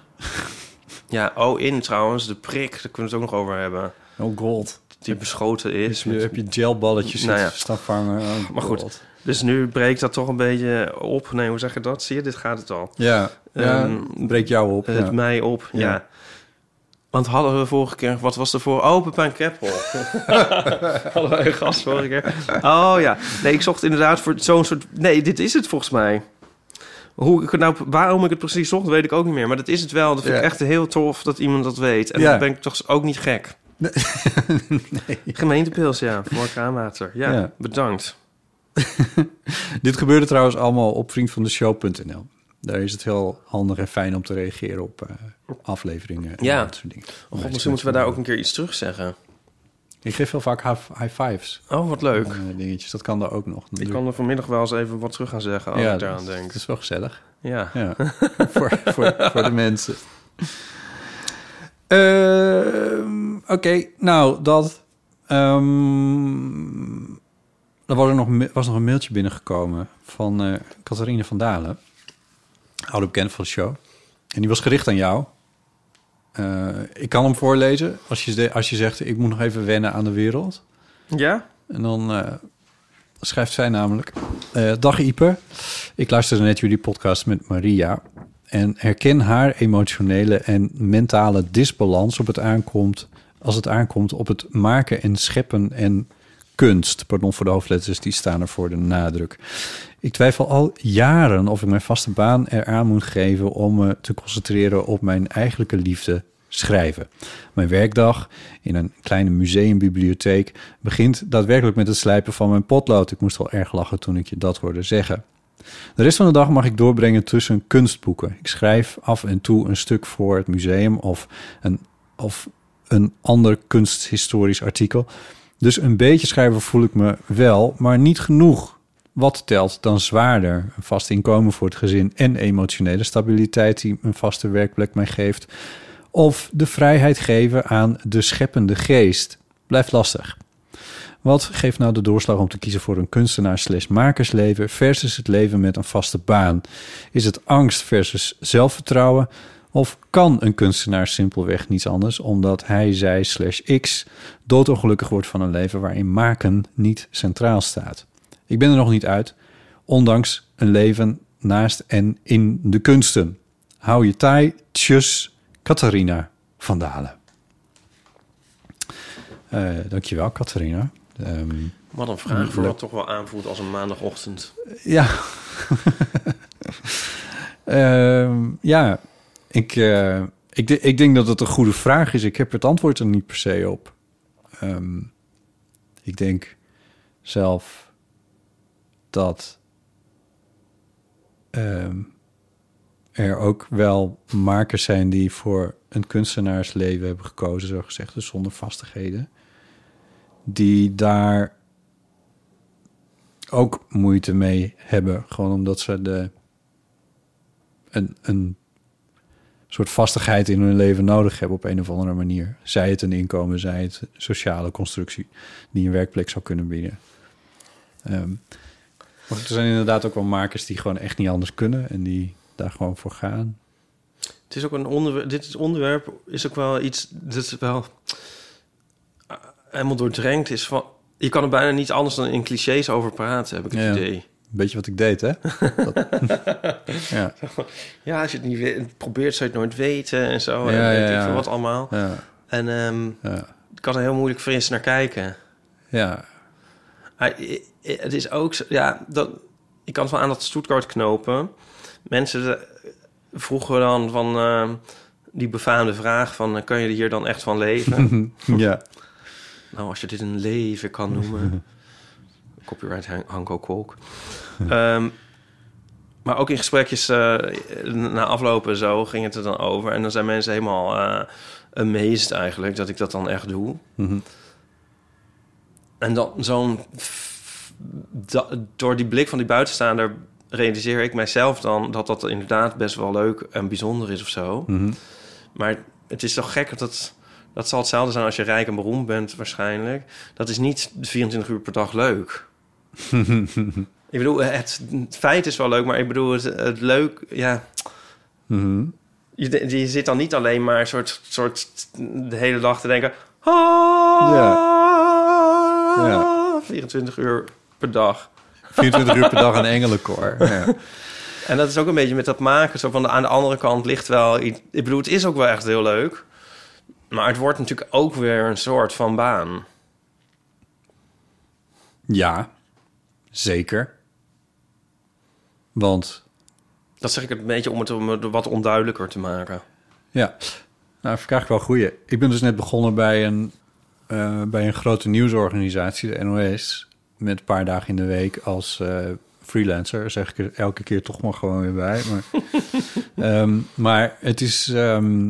Speaker 2: Ja, oh, in trouwens, de prik, daar kunnen we het ook nog over hebben.
Speaker 3: Oh god.
Speaker 2: Die beschoten is.
Speaker 3: Heb je, heb
Speaker 2: met-
Speaker 3: je gelballetjes
Speaker 2: Nou ja.
Speaker 3: zitten stapvangen? Oh,
Speaker 2: Maar goed.
Speaker 3: god.
Speaker 2: Dus nu breekt dat toch een beetje op. Nee, hoe zeg je dat? Zie je, dit gaat het al.
Speaker 3: Ja, ja
Speaker 2: Ehm,
Speaker 3: breek jou op.
Speaker 2: Het
Speaker 3: ja.
Speaker 2: mij op, ja.
Speaker 3: Ja.
Speaker 2: Want hadden we vorige keer... Wat was er voor? Oh, Pepijn Kreppel. hadden we een gast vorige keer. Oh ja. Nee, ik zocht inderdaad voor zo'n soort... Nee, dit is het volgens mij. Hoe ik het nou, waarom ik het precies zocht, weet ik ook niet meer. Maar dat is het wel. Dat vind ik
Speaker 3: Ja.
Speaker 2: echt heel tof dat iemand dat weet. En
Speaker 3: Ja.
Speaker 2: dan ben ik toch ook niet gek. Gemeentepils, ja. Voor kraanwater. Ja, Oh,
Speaker 3: Ja.
Speaker 2: bedankt.
Speaker 3: Dit gebeurde trouwens allemaal op vriendvandeshow.nl. Daar is het heel handig en fijn om te reageren op eh, afleveringen. en
Speaker 2: Ja.
Speaker 3: dat soort dingen.
Speaker 2: Oh, God, misschien moeten we daar ook een keer iets terug zeggen.
Speaker 3: Ik geef heel vaak high, high fives.
Speaker 2: Oh, wat leuk.
Speaker 3: aan, eh, dingetjes. Dat kan daar ook nog. Dan
Speaker 2: Ik
Speaker 3: doe
Speaker 2: kan er vanmiddag wel eens even wat terug gaan zeggen als
Speaker 3: ja,
Speaker 2: ik daaraan
Speaker 3: dat,
Speaker 2: denk.
Speaker 3: dat is wel gezellig.
Speaker 2: Ja.
Speaker 3: Ja. voor, voor, voor de mensen. Ehm, Oké, nou dat. ehm, er was, er nog, me- was nog een mailtje binnengekomen van eh Catharine van Dalen. Oude bekend van de show. En die was gericht aan jou. Eh, ik kan hem voorlezen als je, de- als je zegt... ik moet nog even wennen aan de wereld.
Speaker 2: Ja?
Speaker 3: En dan eh, schrijft zij namelijk... eh, Dag Ipe, ik luisterde net jullie podcast met Maria... en herken haar emotionele en mentale disbalans op het aankomt, als het aankomt op het maken en scheppen en kunst. Pardon voor de hoofdletters, die staan er voor de nadruk. Ik twijfel al jaren of ik mijn vaste baan eraan moet geven om me te concentreren op mijn eigenlijke liefde schrijven. Mijn werkdag in een kleine museumbibliotheek begint daadwerkelijk met het slijpen van mijn potlood. Ik moest al erg lachen toen ik je dat hoorde zeggen. De rest van de dag mag ik doorbrengen tussen kunstboeken. Ik schrijf af en toe een stuk voor het museum of een, of een ander kunsthistorisch artikel. Dus een beetje schrijver voel ik me wel, maar niet genoeg. Wat telt dan zwaarder? Een vast inkomen voor het gezin en emotionele stabiliteit die een vaste werkplek mij geeft. Of de vrijheid geven aan de scheppende geest. Blijft lastig. Wat geeft nou de doorslag om te kiezen voor een kunstenaar slash makersleven versus het leven met een vaste baan? Is het angst versus zelfvertrouwen? Of kan een kunstenaar simpelweg niets anders omdat hij, zij slash x doodongelukkig wordt van een leven waarin maken niet centraal staat? Ik ben er nog niet uit, ondanks een leven naast en in de kunsten. Hou je taai, tjus, Catharina van Dalen. Eh, dankjewel, Catharina. Ehm,
Speaker 2: Wat een vraag, voor wat toch wel aanvoelt als een maandagochtend.
Speaker 3: ja. Ehm, ja, ik, eh, ik, de- ik denk dat het een goede vraag is. Ik heb het antwoord er niet per se op. Ehm, ik denk zelf dat ehm, er ook wel makers zijn die voor een kunstenaarsleven hebben gekozen, zo gezegd, dus zonder vastigheden, die daar ook moeite mee hebben, gewoon omdat ze de een, een soort vastigheid in hun leven nodig hebben op een of andere manier. Zij het een inkomen, zij het sociale constructie die een werkplek zou kunnen bieden. Ehm, maar er zijn inderdaad ook wel makers die gewoon echt niet anders kunnen en die daar gewoon voor gaan.
Speaker 2: Het is ook een onderwerp. Dit is- onderwerp is ook wel iets. Dit is wel. eh, helemaal doordrenkt is van. Je kan er bijna niet anders dan in clichés over praten, heb ik het
Speaker 3: Ja.
Speaker 2: idee.
Speaker 3: Weet je wat ik deed, hè? Dat- ja,
Speaker 2: Ja, als je het niet weet, probeert, zou je het nooit weten en zo. en
Speaker 3: Ja,
Speaker 2: weet
Speaker 3: ja,
Speaker 2: ik
Speaker 3: ja.
Speaker 2: veel wat allemaal.
Speaker 3: ja,
Speaker 2: En ehm
Speaker 3: ja,
Speaker 2: ik kan er heel moeilijk fris naar kijken.
Speaker 3: ja.
Speaker 2: Maar i- i- het is ook zo, ja, dat, ik kan het wel aan dat Stuttgart knopen. Mensen ze- vroegen dan van ehm, die befaamde vraag van... eh, kan je hier dan echt van leven?
Speaker 3: ja.
Speaker 2: nou, als je dit een leven kan noemen. Copyright Han- Hanko Kolk. Ehm, maar ook in gesprekjes eh, na aflopen zo ging het er dan over. En dan zijn mensen helemaal eh amazed eigenlijk dat ik dat dan echt doe.
Speaker 3: Mhm.
Speaker 2: En dan zo'n... f- da- door die blik van die buitenstaander realiseer ik mijzelf dan... dat dat inderdaad best wel leuk en bijzonder is of zo.
Speaker 3: Mhm.
Speaker 2: Maar het is toch gek dat het... Dat zal hetzelfde zijn als je rijk en beroemd bent waarschijnlijk. Dat is niet 24 uur per dag leuk. ik bedoel, het, het feit is wel leuk, maar ik bedoel, het, het leuk... Ja,
Speaker 3: Mhm.
Speaker 2: je, de- je zit dan niet alleen maar soort, soort de hele dag te denken... Ah,
Speaker 3: Ja.
Speaker 2: 24 uur per dag.
Speaker 3: 24 uur per dag een engelenkoor. Ja.
Speaker 2: En dat is ook een beetje met dat maken. Zo van de, aan de andere kant ligt wel iets... Ik bedoel, het is ook wel echt heel leuk. Maar het wordt natuurlijk ook weer een soort van baan.
Speaker 3: Ja, zeker. Want,
Speaker 2: Dat zeg ik een beetje om het om het wat onduidelijker te maken.
Speaker 3: ja, nou vraag ik wel goeie. Ik ben dus net begonnen bij een, eh, bij een grote nieuwsorganisatie, de NOS, met een paar dagen in de week als eh, freelancer. Zeg ik er elke keer toch maar gewoon weer bij. Maar, Ehm, maar het is, ehm,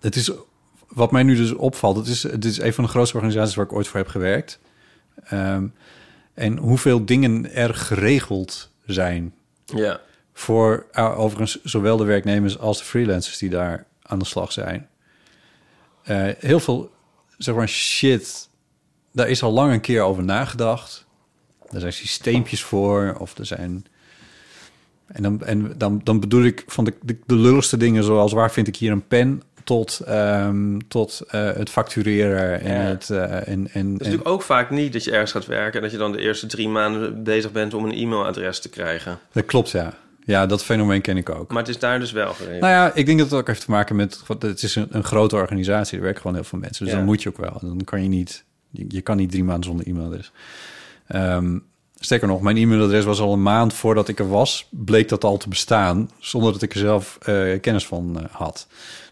Speaker 3: het is, wat mij nu dus opvalt, het is, het is een van de grootste organisaties waar ik ooit voor heb gewerkt. Ehm, en hoeveel dingen er geregeld zijn
Speaker 2: Ja.
Speaker 3: voor uh, overigens zowel de werknemers als de freelancers die daar aan de slag zijn. Eh, heel veel, zeg maar, shit, daar is al lang een keer over nagedacht. Er zijn systeempjes voor, of er zijn... En dan, en dan, dan bedoel ik van de, de, de lulligste dingen, zoals waar vind ik hier een pen, tot, ehm, tot eh, het factureren en
Speaker 2: Ja.
Speaker 3: het... eh, en, en,
Speaker 2: Het is
Speaker 3: en-
Speaker 2: natuurlijk ook vaak niet dat je ergens gaat werken... en dat je dan de eerste drie maanden bezig bent om een e-mailadres te krijgen.
Speaker 3: Dat klopt, ja. Ja, dat fenomeen ken ik ook.
Speaker 2: Maar het is daar dus wel geregeld.
Speaker 3: Nou ja, ik denk dat het ook heeft te maken met... want Het is een, een grote organisatie, er werken gewoon heel veel mensen. Dus
Speaker 2: Ja.
Speaker 3: dan moet je ook wel. Dan kan je niet... Je, je kan niet drie maanden zonder e-mail dus. Ehm, Sterker nog, mijn e-mailadres was al een maand voordat ik er was, bleek dat al te bestaan, zonder dat ik er zelf eh, kennis van eh, had.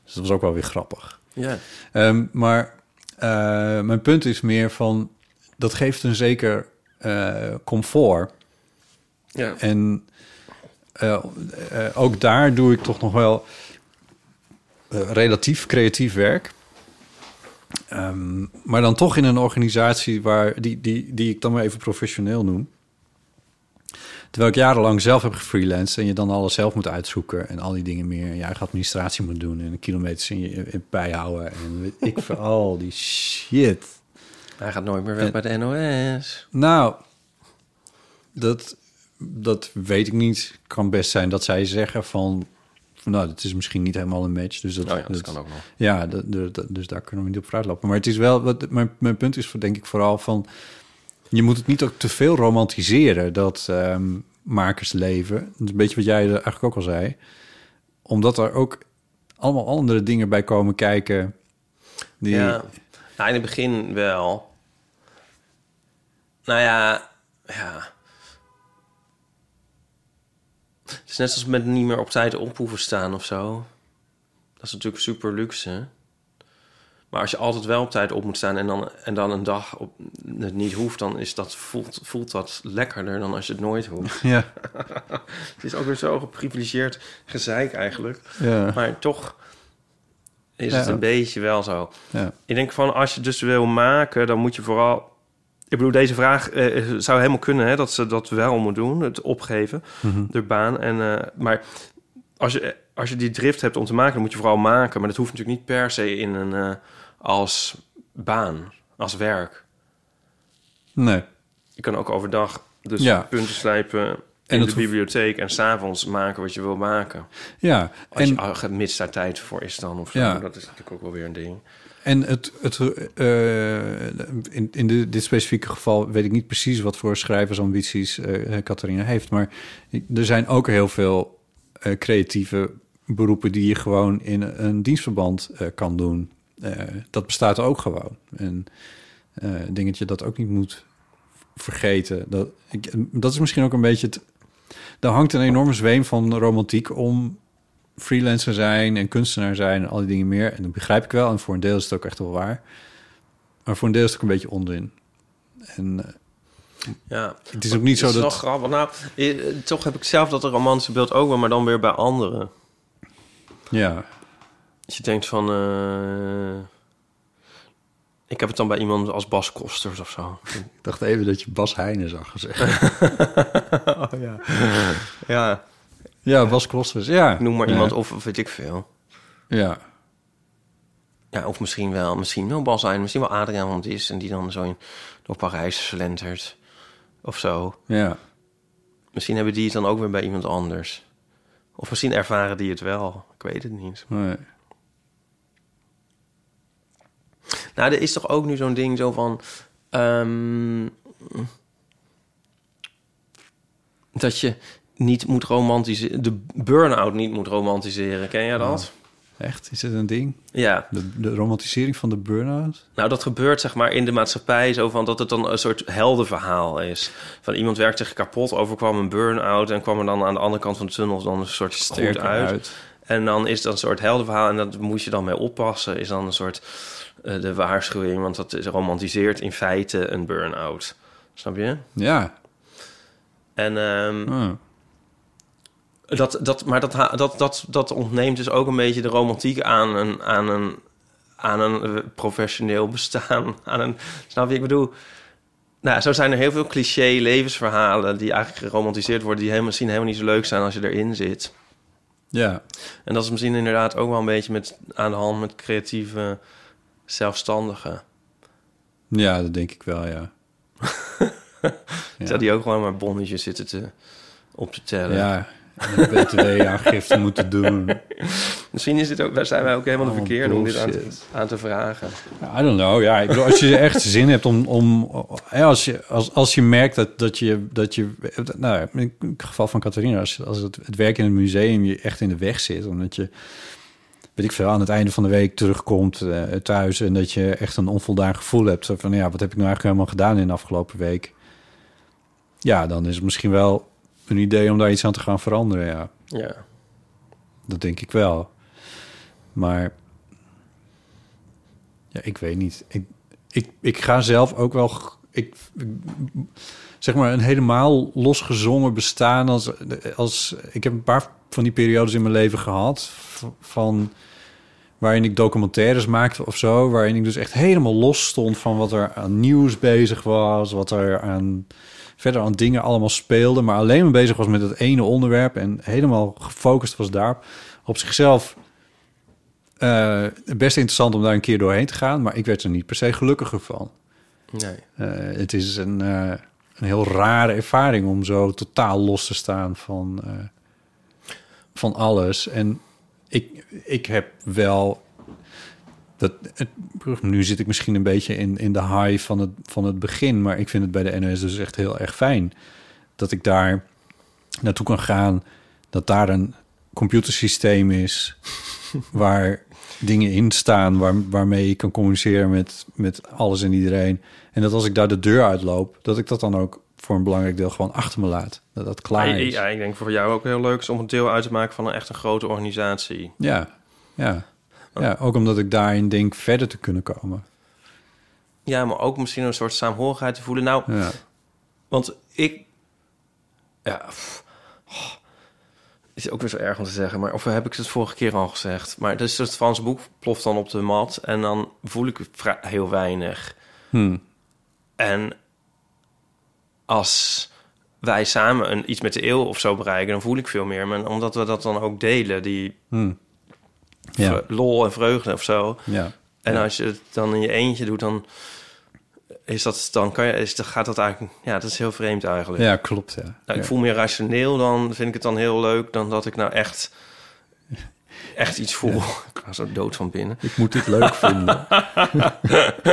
Speaker 3: Dus dat was ook wel weer grappig.
Speaker 2: Ja.
Speaker 3: Ehm, maar eh, mijn punt is meer van, dat geeft een zeker eh, comfort.
Speaker 2: ja.
Speaker 3: En eh, eh, ook daar doe ik toch nog wel eh, relatief creatief werk. Ehm, maar dan toch in een organisatie waar, die, die, die ik dan maar even professioneel noem. Terwijl ik jarenlang zelf heb gefreelanced en je dan alles zelf moet uitzoeken en al die dingen meer. En je eigen administratie moet doen en kilometers in je in bijhouden. En weet ik voor al die shit.
Speaker 2: Hij gaat nooit meer weg bij de NOS.
Speaker 3: Nou, dat, dat weet ik niet. Kan best zijn dat zij zeggen van... van, nou, dat is misschien niet helemaal een match. Dus dat,
Speaker 2: Nou ja, dat kan ook nog.
Speaker 3: Ja, dat, dat- dat- dus daar kunnen we niet op vooruitlopen. Maar het is wel... Wat, mijn, mijn punt is voor, denk ik vooral van... Je moet het niet ook te veel romantiseren, dat ehm, makersleven. Dat is een beetje wat jij er eigenlijk ook al zei. Omdat er ook allemaal andere dingen bij komen kijken. Die,
Speaker 2: Ja. Nou, in het begin wel. Nou ja, ja. Het is net als met niet meer op tijd op hoeven staan of zo. Dat is natuurlijk super luxe. Maar als je altijd wel op tijd op moet staan en dan, en dan een dag op, het niet hoeft, dan is dat, voelt, voelt dat lekkerder dan als je het nooit hoeft.
Speaker 3: ja.
Speaker 2: het is ook weer zo geprivilegeerd gezeik eigenlijk.
Speaker 3: Ja.
Speaker 2: Maar toch is
Speaker 3: Ja.
Speaker 2: het een beetje wel zo.
Speaker 3: Ja.
Speaker 2: Ik denk van als je dus wil maken, dan moet je vooral. Ik bedoel, deze vraag eh, zou helemaal kunnen hè, dat ze dat wel moet doen, het opgeven,
Speaker 3: Mhm.
Speaker 2: de baan. En, eh, maar als je, eh, als je die drift hebt om te maken, dan moet je vooral maken. Maar dat hoeft natuurlijk niet per se in een, eh, als baan, als werk.
Speaker 3: Nee.
Speaker 2: Je kan ook overdag dus
Speaker 3: Ja.
Speaker 2: punten slijpen in
Speaker 3: dat
Speaker 2: de
Speaker 3: hoeft-
Speaker 2: bibliotheek en s'avonds maken wat je wil maken.
Speaker 3: Ja.
Speaker 2: Als je, ah, mits daar tijd voor is dan of zo.
Speaker 3: Ja.
Speaker 2: Dat is natuurlijk ook wel weer een ding.
Speaker 3: En het, het, eh, in, in de- dit specifieke geval weet ik niet precies wat voor schrijversambities eh Catharina heeft. Maar ik- er zijn ook heel veel eh, creatieve beroepen die je gewoon in een dienstverband eh, kan doen. Eh, dat bestaat ook gewoon. En eh, ik denk dat je dat ook niet moet vergeten. Dat, ik, dat is misschien ook een beetje het. Daar hangt een enorme zweem van romantiek om freelancer zijn en kunstenaar zijn en al die dingen meer. En dat begrijp ik wel. En voor een deel is het ook echt wel waar. Maar voor een deel is het ook een beetje onzin. En eh,
Speaker 2: Ja.
Speaker 3: het is ook niet zo
Speaker 2: Het is wel
Speaker 3: dat...
Speaker 2: grappig. Nou, eh, toch heb ik zelf dat romantische beeld ook wel, maar dan weer bij anderen.
Speaker 3: Ja,
Speaker 2: Dus je denkt van... eh, ik heb het dan bij iemand als Bas Kosters of zo.
Speaker 3: ik dacht even dat je Bas Heijnen zag gezegd.
Speaker 2: ja.
Speaker 3: ja, Bas Klosters, ja.
Speaker 2: Noem maar
Speaker 3: Ja.
Speaker 2: iemand of, of weet ik veel.
Speaker 3: Ja,
Speaker 2: Ja, of misschien wel, misschien wel Bas zijn, misschien wel Adriaan want die is en die dan zo in, door Parijs slentert of zo.
Speaker 3: ja.
Speaker 2: Misschien hebben die het dan ook weer bij iemand anders. Of misschien ervaren die het wel. Ik weet het niet.
Speaker 3: Nee.
Speaker 2: Nou, er is toch ook nu zo'n ding zo van... ehm, dat je niet moet romantiseren... De burn-out niet moet romantiseren. Ken jij dat?
Speaker 3: Echt, is dit een ding?
Speaker 2: Ja.
Speaker 3: De, de romantisering van de burn-out?
Speaker 2: Nou, dat gebeurt zeg maar in de maatschappij zo van dat het dan een soort heldenverhaal is. Van iemand werkt zich kapot, overkwam een burn-out... en kwam er dan aan de andere kant van de tunnel dan een soort goed uit. En dan is dat een soort heldenverhaal en dat moet je dan mee oppassen. Is dan een soort eh, de waarschuwing, want dat is romantiseert in feite een burn-out. Snap je?
Speaker 3: Ja.
Speaker 2: En ehm,
Speaker 3: Ah.
Speaker 2: dat, dat, maar dat, ha- dat, dat, dat ontneemt dus ook een beetje de romantiek aan een, aan een, aan een eh, professioneel bestaan. Aan een, snap je? Ik bedoel, nou, zo zijn er heel veel cliché levensverhalen die eigenlijk geromantiseerd worden, die helemaal, misschien helemaal niet zo leuk zijn als je erin zit.
Speaker 3: Ja.
Speaker 2: En dat is misschien inderdaad ook wel een beetje met, aan de hand met creatieve zelfstandigen.
Speaker 3: ja, dat denk ik wel, ja.
Speaker 2: Ja. die ook gewoon maar bonnetjes zitten te, op te tellen.
Speaker 3: Ja, en btw-aangifte moeten doen.
Speaker 2: Misschien is dit ook, daar zijn wij ook helemaal de
Speaker 3: Allemaal
Speaker 2: verkeerde om dit aan te,
Speaker 3: Oh, bullshit.
Speaker 2: aan te vragen.
Speaker 3: I don't know. Ja, ik bedoel, als je echt zin hebt om... om hè, als, je, als, als je merkt dat, dat je... Dat je nou, in het geval van Catharina, als, als het, het werk in het museum je echt in de weg zit... omdat je, weet ik veel, aan het einde van de week terugkomt eh, thuis... en dat je echt een onvoldaan gevoel hebt. Zo Van ja, wat heb ik nou eigenlijk helemaal gedaan in de afgelopen week? Ja, dan is het misschien wel een idee om daar iets aan te gaan veranderen. Ja,
Speaker 2: Ja.
Speaker 3: dat denk ik wel. Maar ja, ik weet niet. Ik, ik, ik ga zelf ook wel. g- Ik, ik- zeg maar een helemaal losgezongen bestaan. Als, als, ik heb een paar van die periodes in mijn leven gehad. v- Van, waarin ik documentaires maakte of zo. Waarin ik dus echt helemaal los stond van wat er aan nieuws bezig was. Wat er aan, verder aan dingen allemaal speelde. Maar alleen maar bezig was met dat ene onderwerp. En helemaal gefocust was daarop. Op zichzelf eh, best interessant om daar een keer doorheen te gaan. Maar ik werd er niet per se gelukkiger van.
Speaker 2: Nee.
Speaker 3: Eh, het is een, eh, een heel rare ervaring om zo totaal los te staan van, eh, van alles. En ik, ik heb wel. Dat, het- nu zit ik misschien een beetje in, in de high van het, van het begin. Maar ik vind het bij de NOS dus echt heel erg fijn. Dat ik daar naartoe kan gaan. Dat daar een computersysteem is waar dingen in staan waar, waarmee ik kan communiceren met, met alles en iedereen. En dat als ik daar de deur uitloop, dat ik dat dan ook voor een belangrijk deel gewoon achter me laat. Dat dat klaar
Speaker 2: Ja,
Speaker 3: is.
Speaker 2: ja, ik denk voor jou ook heel leuk is om een deel uit te maken van een echt een grote organisatie.
Speaker 3: Ja, ja. ja ook omdat ik daarin denk verder te kunnen komen.
Speaker 2: Ja, maar ook misschien een soort saamhorigheid te voelen. Nou,
Speaker 3: Ja.
Speaker 2: want ik... Ja, pff, oh, is ook weer zo erg om te zeggen. Maar, of heb ik het vorige keer al gezegd? Maar dus het Franse boek ploft dan op de mat en dan voel ik vrij- heel weinig.
Speaker 3: Hmm.
Speaker 2: En als wij samen een, iets met de eeuw of zo bereiken, dan voel ik veel meer. Maar omdat we dat dan ook delen, die
Speaker 3: Hmm. Ja,
Speaker 2: vre- lol en vreugde of zo.
Speaker 3: ja.
Speaker 2: En als je het dan in je eentje doet, dan is dat dan kan je is dan gaat dat eigenlijk ja, dat is heel vreemd eigenlijk.
Speaker 3: ja klopt. Ja.
Speaker 2: Nou, ik
Speaker 3: Ja.
Speaker 2: voel me rationeel dan vind ik het dan heel leuk dan dat ik nou echt echt iets voel. Ik was zo dood van binnen.
Speaker 3: Ik moet dit leuk vinden.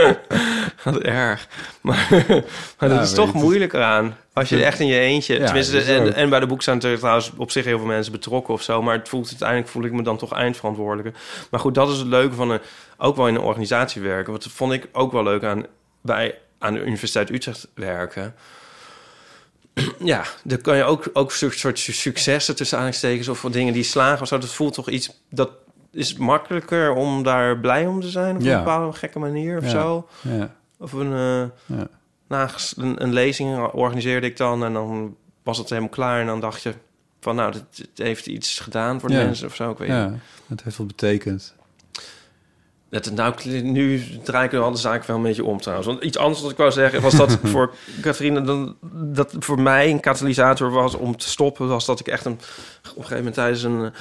Speaker 2: Wat erg. Maar, maar dat
Speaker 3: Ja,
Speaker 2: is
Speaker 3: weet
Speaker 2: toch
Speaker 3: ik.
Speaker 2: moeilijker aan. Als je er echt in je eentje...
Speaker 3: Ja,
Speaker 2: tenminste,
Speaker 3: dat is ook.
Speaker 2: en, en bij de boek zijn natuurlijk trouwens op zich heel veel mensen betrokken of zo. Maar het voelt, uiteindelijk voel ik me dan toch eindverantwoordelijker. Maar goed, dat is het leuke van een, ook wel in een organisatie werken. Wat vond ik ook wel leuk aan, bij, aan de Universiteit Utrecht werken. Ja, dan kan je ook, ook een soort su- successen tussen aanhalingstekens... of dingen die slagen of zo. Dat voelt toch iets... Dat is makkelijker om daar blij om te zijn... op
Speaker 3: Ja.
Speaker 2: een bepaalde gekke manier of
Speaker 3: Ja.
Speaker 2: zo.
Speaker 3: Ja.
Speaker 2: Of een, eh,
Speaker 3: Ja.
Speaker 2: na een, een lezing organiseerde ik dan en dan was het helemaal klaar. En dan dacht je van nou, dit, dit heeft iets gedaan voor de
Speaker 3: Ja.
Speaker 2: mensen of zo. Ik weet niet.
Speaker 3: ja, dat heeft wat betekend.
Speaker 2: Dat, nou, nu draai ik wel de zaak wel een beetje om trouwens. Want iets anders wat ik wou zeggen was dat voor Catharina... Dan, dat voor mij een katalysator was om te stoppen... was dat ik echt een, op een gegeven moment tijdens een eh,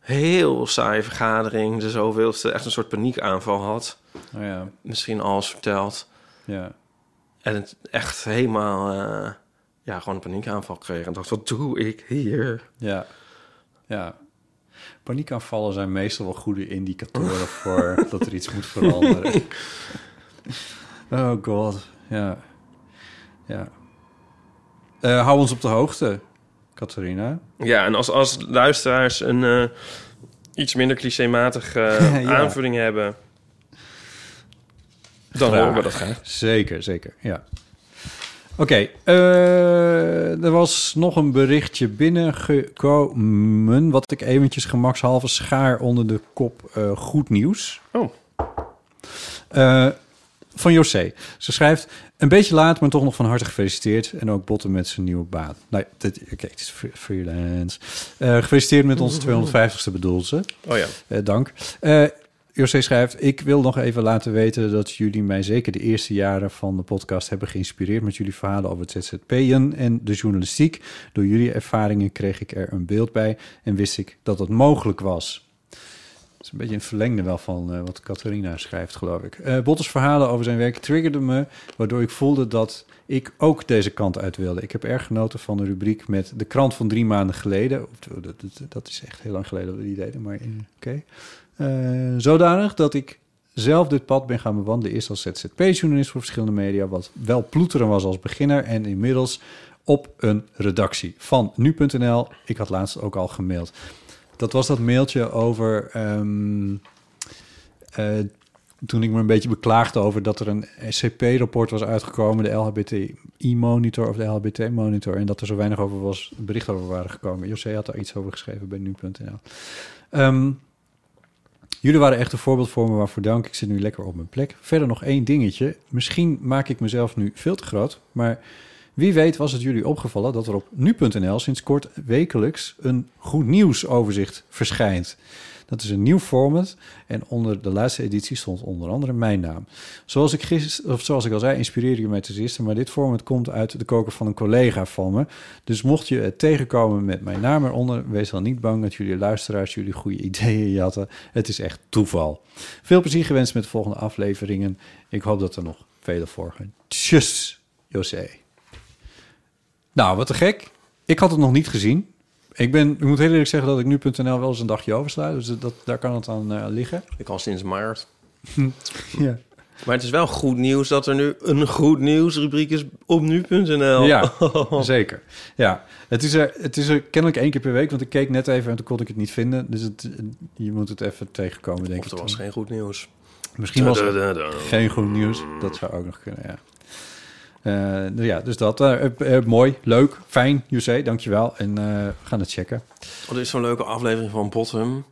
Speaker 2: heel saaie vergadering... dus de zoveelste echt een soort paniekaanval had.
Speaker 3: Oh, ja.
Speaker 2: Misschien al eens verteld.
Speaker 3: Ja.
Speaker 2: En het echt helemaal, eh, ja, gewoon een paniekaanval kreeg. En dacht, wat doe ik hier?
Speaker 3: Ja. ja. Paniekaanvallen zijn meestal wel goede indicatoren voor dat er iets moet veranderen. oh god, ja. ja. Eh, hou ons op de hoogte, Catharina.
Speaker 2: Ja, en als, als luisteraars een eh, iets minder clichématige eh,
Speaker 3: Ja.
Speaker 2: aanvulling hebben... dan
Speaker 3: Graag.
Speaker 2: horen we dat graag.
Speaker 3: Zeker, zeker, ja. Oké, eh, er was nog een berichtje binnengekomen... wat ik eventjes gemakshalve schaar onder de kop eh, goed nieuws.
Speaker 2: Oh.
Speaker 3: Eh, van José. Ze schrijft... een beetje laat, maar toch nog van harte gefeliciteerd... en ook Botten met zijn nieuwe baan. Nou, ja, dit, oké, het is fre- freelance. Eh, gefeliciteerd met onze 250ste bedoel ze.
Speaker 2: Oh ja.
Speaker 3: Eh, dank. Eh José schrijft... Ik wil nog even laten weten dat jullie mij zeker de eerste jaren van de podcast hebben geïnspireerd... met jullie verhalen over het ZZP'en en de journalistiek. Door jullie ervaringen kreeg ik er een beeld bij en wist ik dat dat mogelijk was. Dat is een beetje een verlengde wel van eh, wat Catharina schrijft, geloof ik. Eh Bottes verhalen over zijn werk triggerden me, waardoor ik voelde dat ik ook deze kant uit wilde. Ik heb erg genoten van de rubriek met de krant van drie maanden geleden. Dat, dat, dat is echt heel lang geleden dat we die deden, maar eh, oké. Eh, zodanig dat ik zelf dit pad ben gaan bewandelen. Eerst als ZZP-journalist voor verschillende media, wat wel ploeteren was als beginner. En inmiddels op een redactie van nu.nl. Ik had laatst ook al gemaild. Dat was dat mailtje over ehm, eh, toen ik me een beetje beklaagde over dat er een SCP-rapport was uitgekomen, de LHBTI-monitor of de LHBT-monitor, en dat er zo weinig over was, bericht over waren gekomen. José had daar iets over geschreven bij nu.nl. Ehm, jullie waren echt een voorbeeld voor me, waarvoor dank. Ik zit nu lekker op mijn plek. Verder nog één dingetje. Misschien maak ik mezelf nu veel te groot, maar wie weet was het jullie opgevallen dat er op nu.nl sinds kort wekelijks een goed nieuwsoverzicht verschijnt. Dat is een nieuw format en onder de laatste editie stond onder andere mijn naam. Zoals ik, gisteren, of zoals ik al zei, inspireerde je mij te gisteren, maar dit format komt uit de koker van een collega van me. Dus mocht je het tegenkomen met mijn naam eronder, wees dan niet bang dat jullie luisteraars jullie goede ideeën jatten. Het is echt toeval. Veel plezier gewenst met de volgende afleveringen. Ik hoop dat er nog vele volgen. Tjus, José. Nou, wat te gek. Ik had het nog niet gezien. Ik, ben, ik moet heel eerlijk zeggen dat ik nu.nl wel eens een dagje oversla. Dus dat, daar kan het aan eh, liggen.
Speaker 2: Ik al sinds maart.
Speaker 3: Ja.
Speaker 2: Maar het is wel goed nieuws dat er nu een goed nieuws rubriek is op nu.nl.
Speaker 3: Ja,
Speaker 2: Oh.
Speaker 3: zeker. Ja, het is, er, het is er kennelijk één keer per week. Want ik keek net even en toen kon ik het niet vinden. Dus het, je moet het even tegenkomen, denk
Speaker 2: Of
Speaker 3: ik.
Speaker 2: er was geen goed nieuws.
Speaker 3: Misschien was het
Speaker 2: Da, da, da, da.
Speaker 3: geen goed nieuws. Dat zou ook nog kunnen, ja. Eh, nou ja, dus dat. eh, eh, eh, mooi, leuk, fijn, José, dankjewel. En eh, we gaan het checken.
Speaker 2: Oh, er is zo'n leuke aflevering van Bottom.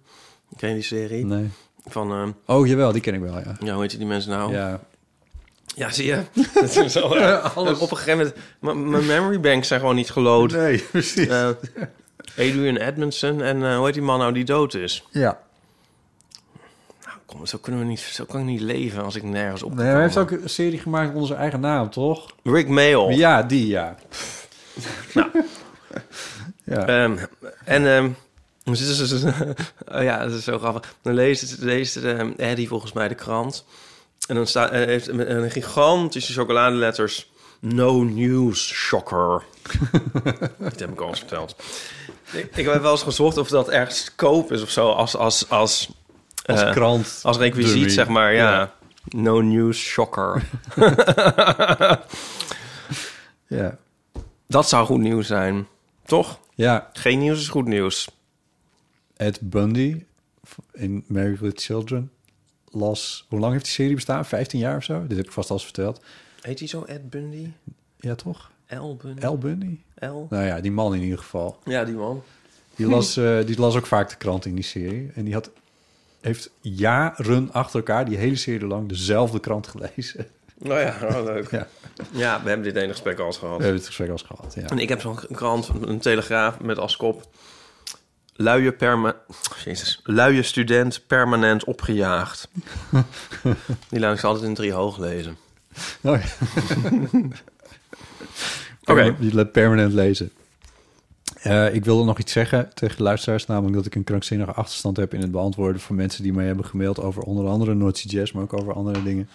Speaker 2: Ken je die serie?
Speaker 3: Nee.
Speaker 2: Van, eh,
Speaker 3: Oh, jawel, die ken ik wel, ja.
Speaker 2: ja, hoe heet die mensen nou? Ja,
Speaker 3: Ja,
Speaker 2: zie je? Dat is zo, eh, Op een gegeven moment... m- Mijn memory banks zijn gewoon niet gelood.
Speaker 3: Nee, precies.
Speaker 2: Eh, Adrian Edmondson en eh, hoe heet die man nou die dood is?
Speaker 3: Ja.
Speaker 2: Nou, kom, zo, kunnen we niet, zo kan ik niet leven als ik nergens op
Speaker 3: Nee, hij heeft ook een serie gemaakt onder zijn eigen naam, toch?
Speaker 2: Rick Mail.
Speaker 3: Ja, die, ja. ja.
Speaker 2: Ehm, en ehm, dus is- is- is- oh ja, dat is zo grappig. Dan leest, leest ehm, Eddie volgens mij de krant. En dan staat eh, heeft met een gigantische chocoladeletters. No news shocker. dat heb ik al eens verteld. Ik, ik heb wel eens gezocht of dat ergens te koop is of zo. Als, als, als,
Speaker 3: als
Speaker 2: eh,
Speaker 3: krant.
Speaker 2: als requisiet,
Speaker 3: dummy.
Speaker 2: zeg maar. Ja. No news shocker.
Speaker 3: Ja.
Speaker 2: dat zou goed nieuws zijn. Toch?
Speaker 3: ja,
Speaker 2: Geen nieuws is goed nieuws.
Speaker 3: Ed Bundy in Married with Children las... Hoe lang heeft die serie bestaan? 15 jaar of zo? Dit heb ik vast al eens verteld.
Speaker 2: Heet hij zo Ed Bundy?
Speaker 3: Ja, toch?
Speaker 2: L Bundy?
Speaker 3: L. Bundy?
Speaker 2: L?
Speaker 3: Nou ja, die man in ieder geval.
Speaker 2: Ja, die man.
Speaker 3: Die las, eh, die las ook vaak de krant in die serie. En die had, heeft jaren achter elkaar, die hele serie lang, dezelfde krant gelezen.
Speaker 2: Nou ja, wel leuk.
Speaker 3: Ja.
Speaker 2: Ja. we hebben dit ene gesprek al eens gehad.
Speaker 3: We hebben het gesprek al eens gehad, ja.
Speaker 2: En ik heb zo'n krant, een telegraaf met als kop... Luie, perma Jezus. luie student permanent opgejaagd. die laat ik ze altijd in drie hoog lezen.
Speaker 3: Oh, ja. Je laat permanent lezen. Eh, ik wilde nog iets zeggen tegen de luisteraars, namelijk dat ik een krankzinnige achterstand heb in het beantwoorden van mensen die mij hebben gemaild over onder andere Noordse Jazz, maar ook over andere dingen.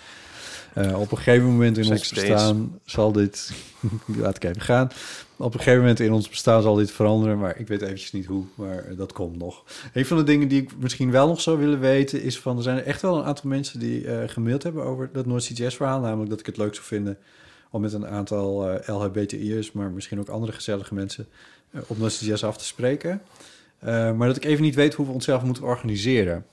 Speaker 3: Eh, op een gegeven moment in
Speaker 2: Sex
Speaker 3: ons
Speaker 2: days.
Speaker 3: bestaan zal dit. laat ik even gaan. Op een gegeven moment in ons bestaan zal dit veranderen, maar ik weet eventjes niet hoe, maar eh, dat komt nog. Een van de dingen die ik misschien wel nog zou willen weten is van er zijn echt wel een aantal mensen die eh, gemaild hebben over dat Noordse Jazz verhaal, namelijk dat ik het leuk zou vinden om met een aantal eh, LHBTI'ers, maar misschien ook andere gezellige mensen, eh, op Noordse Jazz af te spreken. Eh, maar dat ik even niet weet hoe we onszelf moeten organiseren.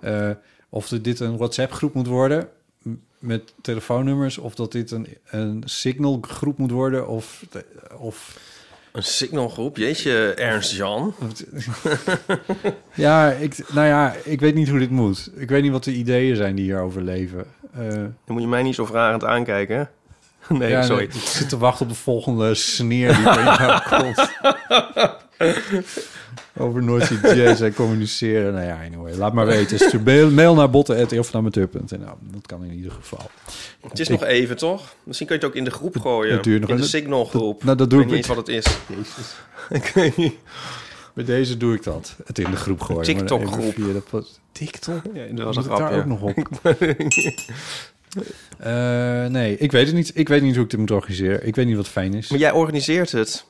Speaker 3: Eh, of dit een WhatsApp-groep moet worden m- met telefoonnummers, of dat dit een, een Signal-groep moet worden, of, of
Speaker 2: Een signalgroep. Jeetje, Ernst Jan.
Speaker 3: Ja, ik, nou ja, ik weet niet hoe dit moet. Ik weet niet wat de ideeën zijn die hierover leven. Eh,
Speaker 2: Dan moet je mij niet zo vragend aankijken, hè? Nee,
Speaker 3: ja,
Speaker 2: sorry.
Speaker 3: Ik zit te wachten op de volgende sneer die van jou komt. Over Noordse Jazz en communiceren. Nou ja, anyway, laat maar weten. Stuur mail- mail naar botten.eelvanamateur.nl. Dat kan in ieder geval.
Speaker 2: Het is nog even, toch? Misschien kun je het ook in de groep gooien.
Speaker 3: Het duurt nog
Speaker 2: in de
Speaker 3: een-
Speaker 2: signalgroep.
Speaker 3: dat- nou, dat doe
Speaker 2: ik
Speaker 3: ik
Speaker 2: weet niet eens wat het is. Ik weet niet.
Speaker 3: Bij deze doe ik dat. Het in de groep gooien. maar even
Speaker 2: TikTok-groep.
Speaker 3: via de pot- TikTok?
Speaker 2: Ja, dat was een
Speaker 3: Moet ik
Speaker 2: grap,
Speaker 3: daar
Speaker 2: ja.
Speaker 3: ook nog op. Eh, nee, ik weet het niet. Ik weet niet hoe ik dit moet organiseren. Ik weet niet wat fijn is.
Speaker 2: Maar jij organiseert het.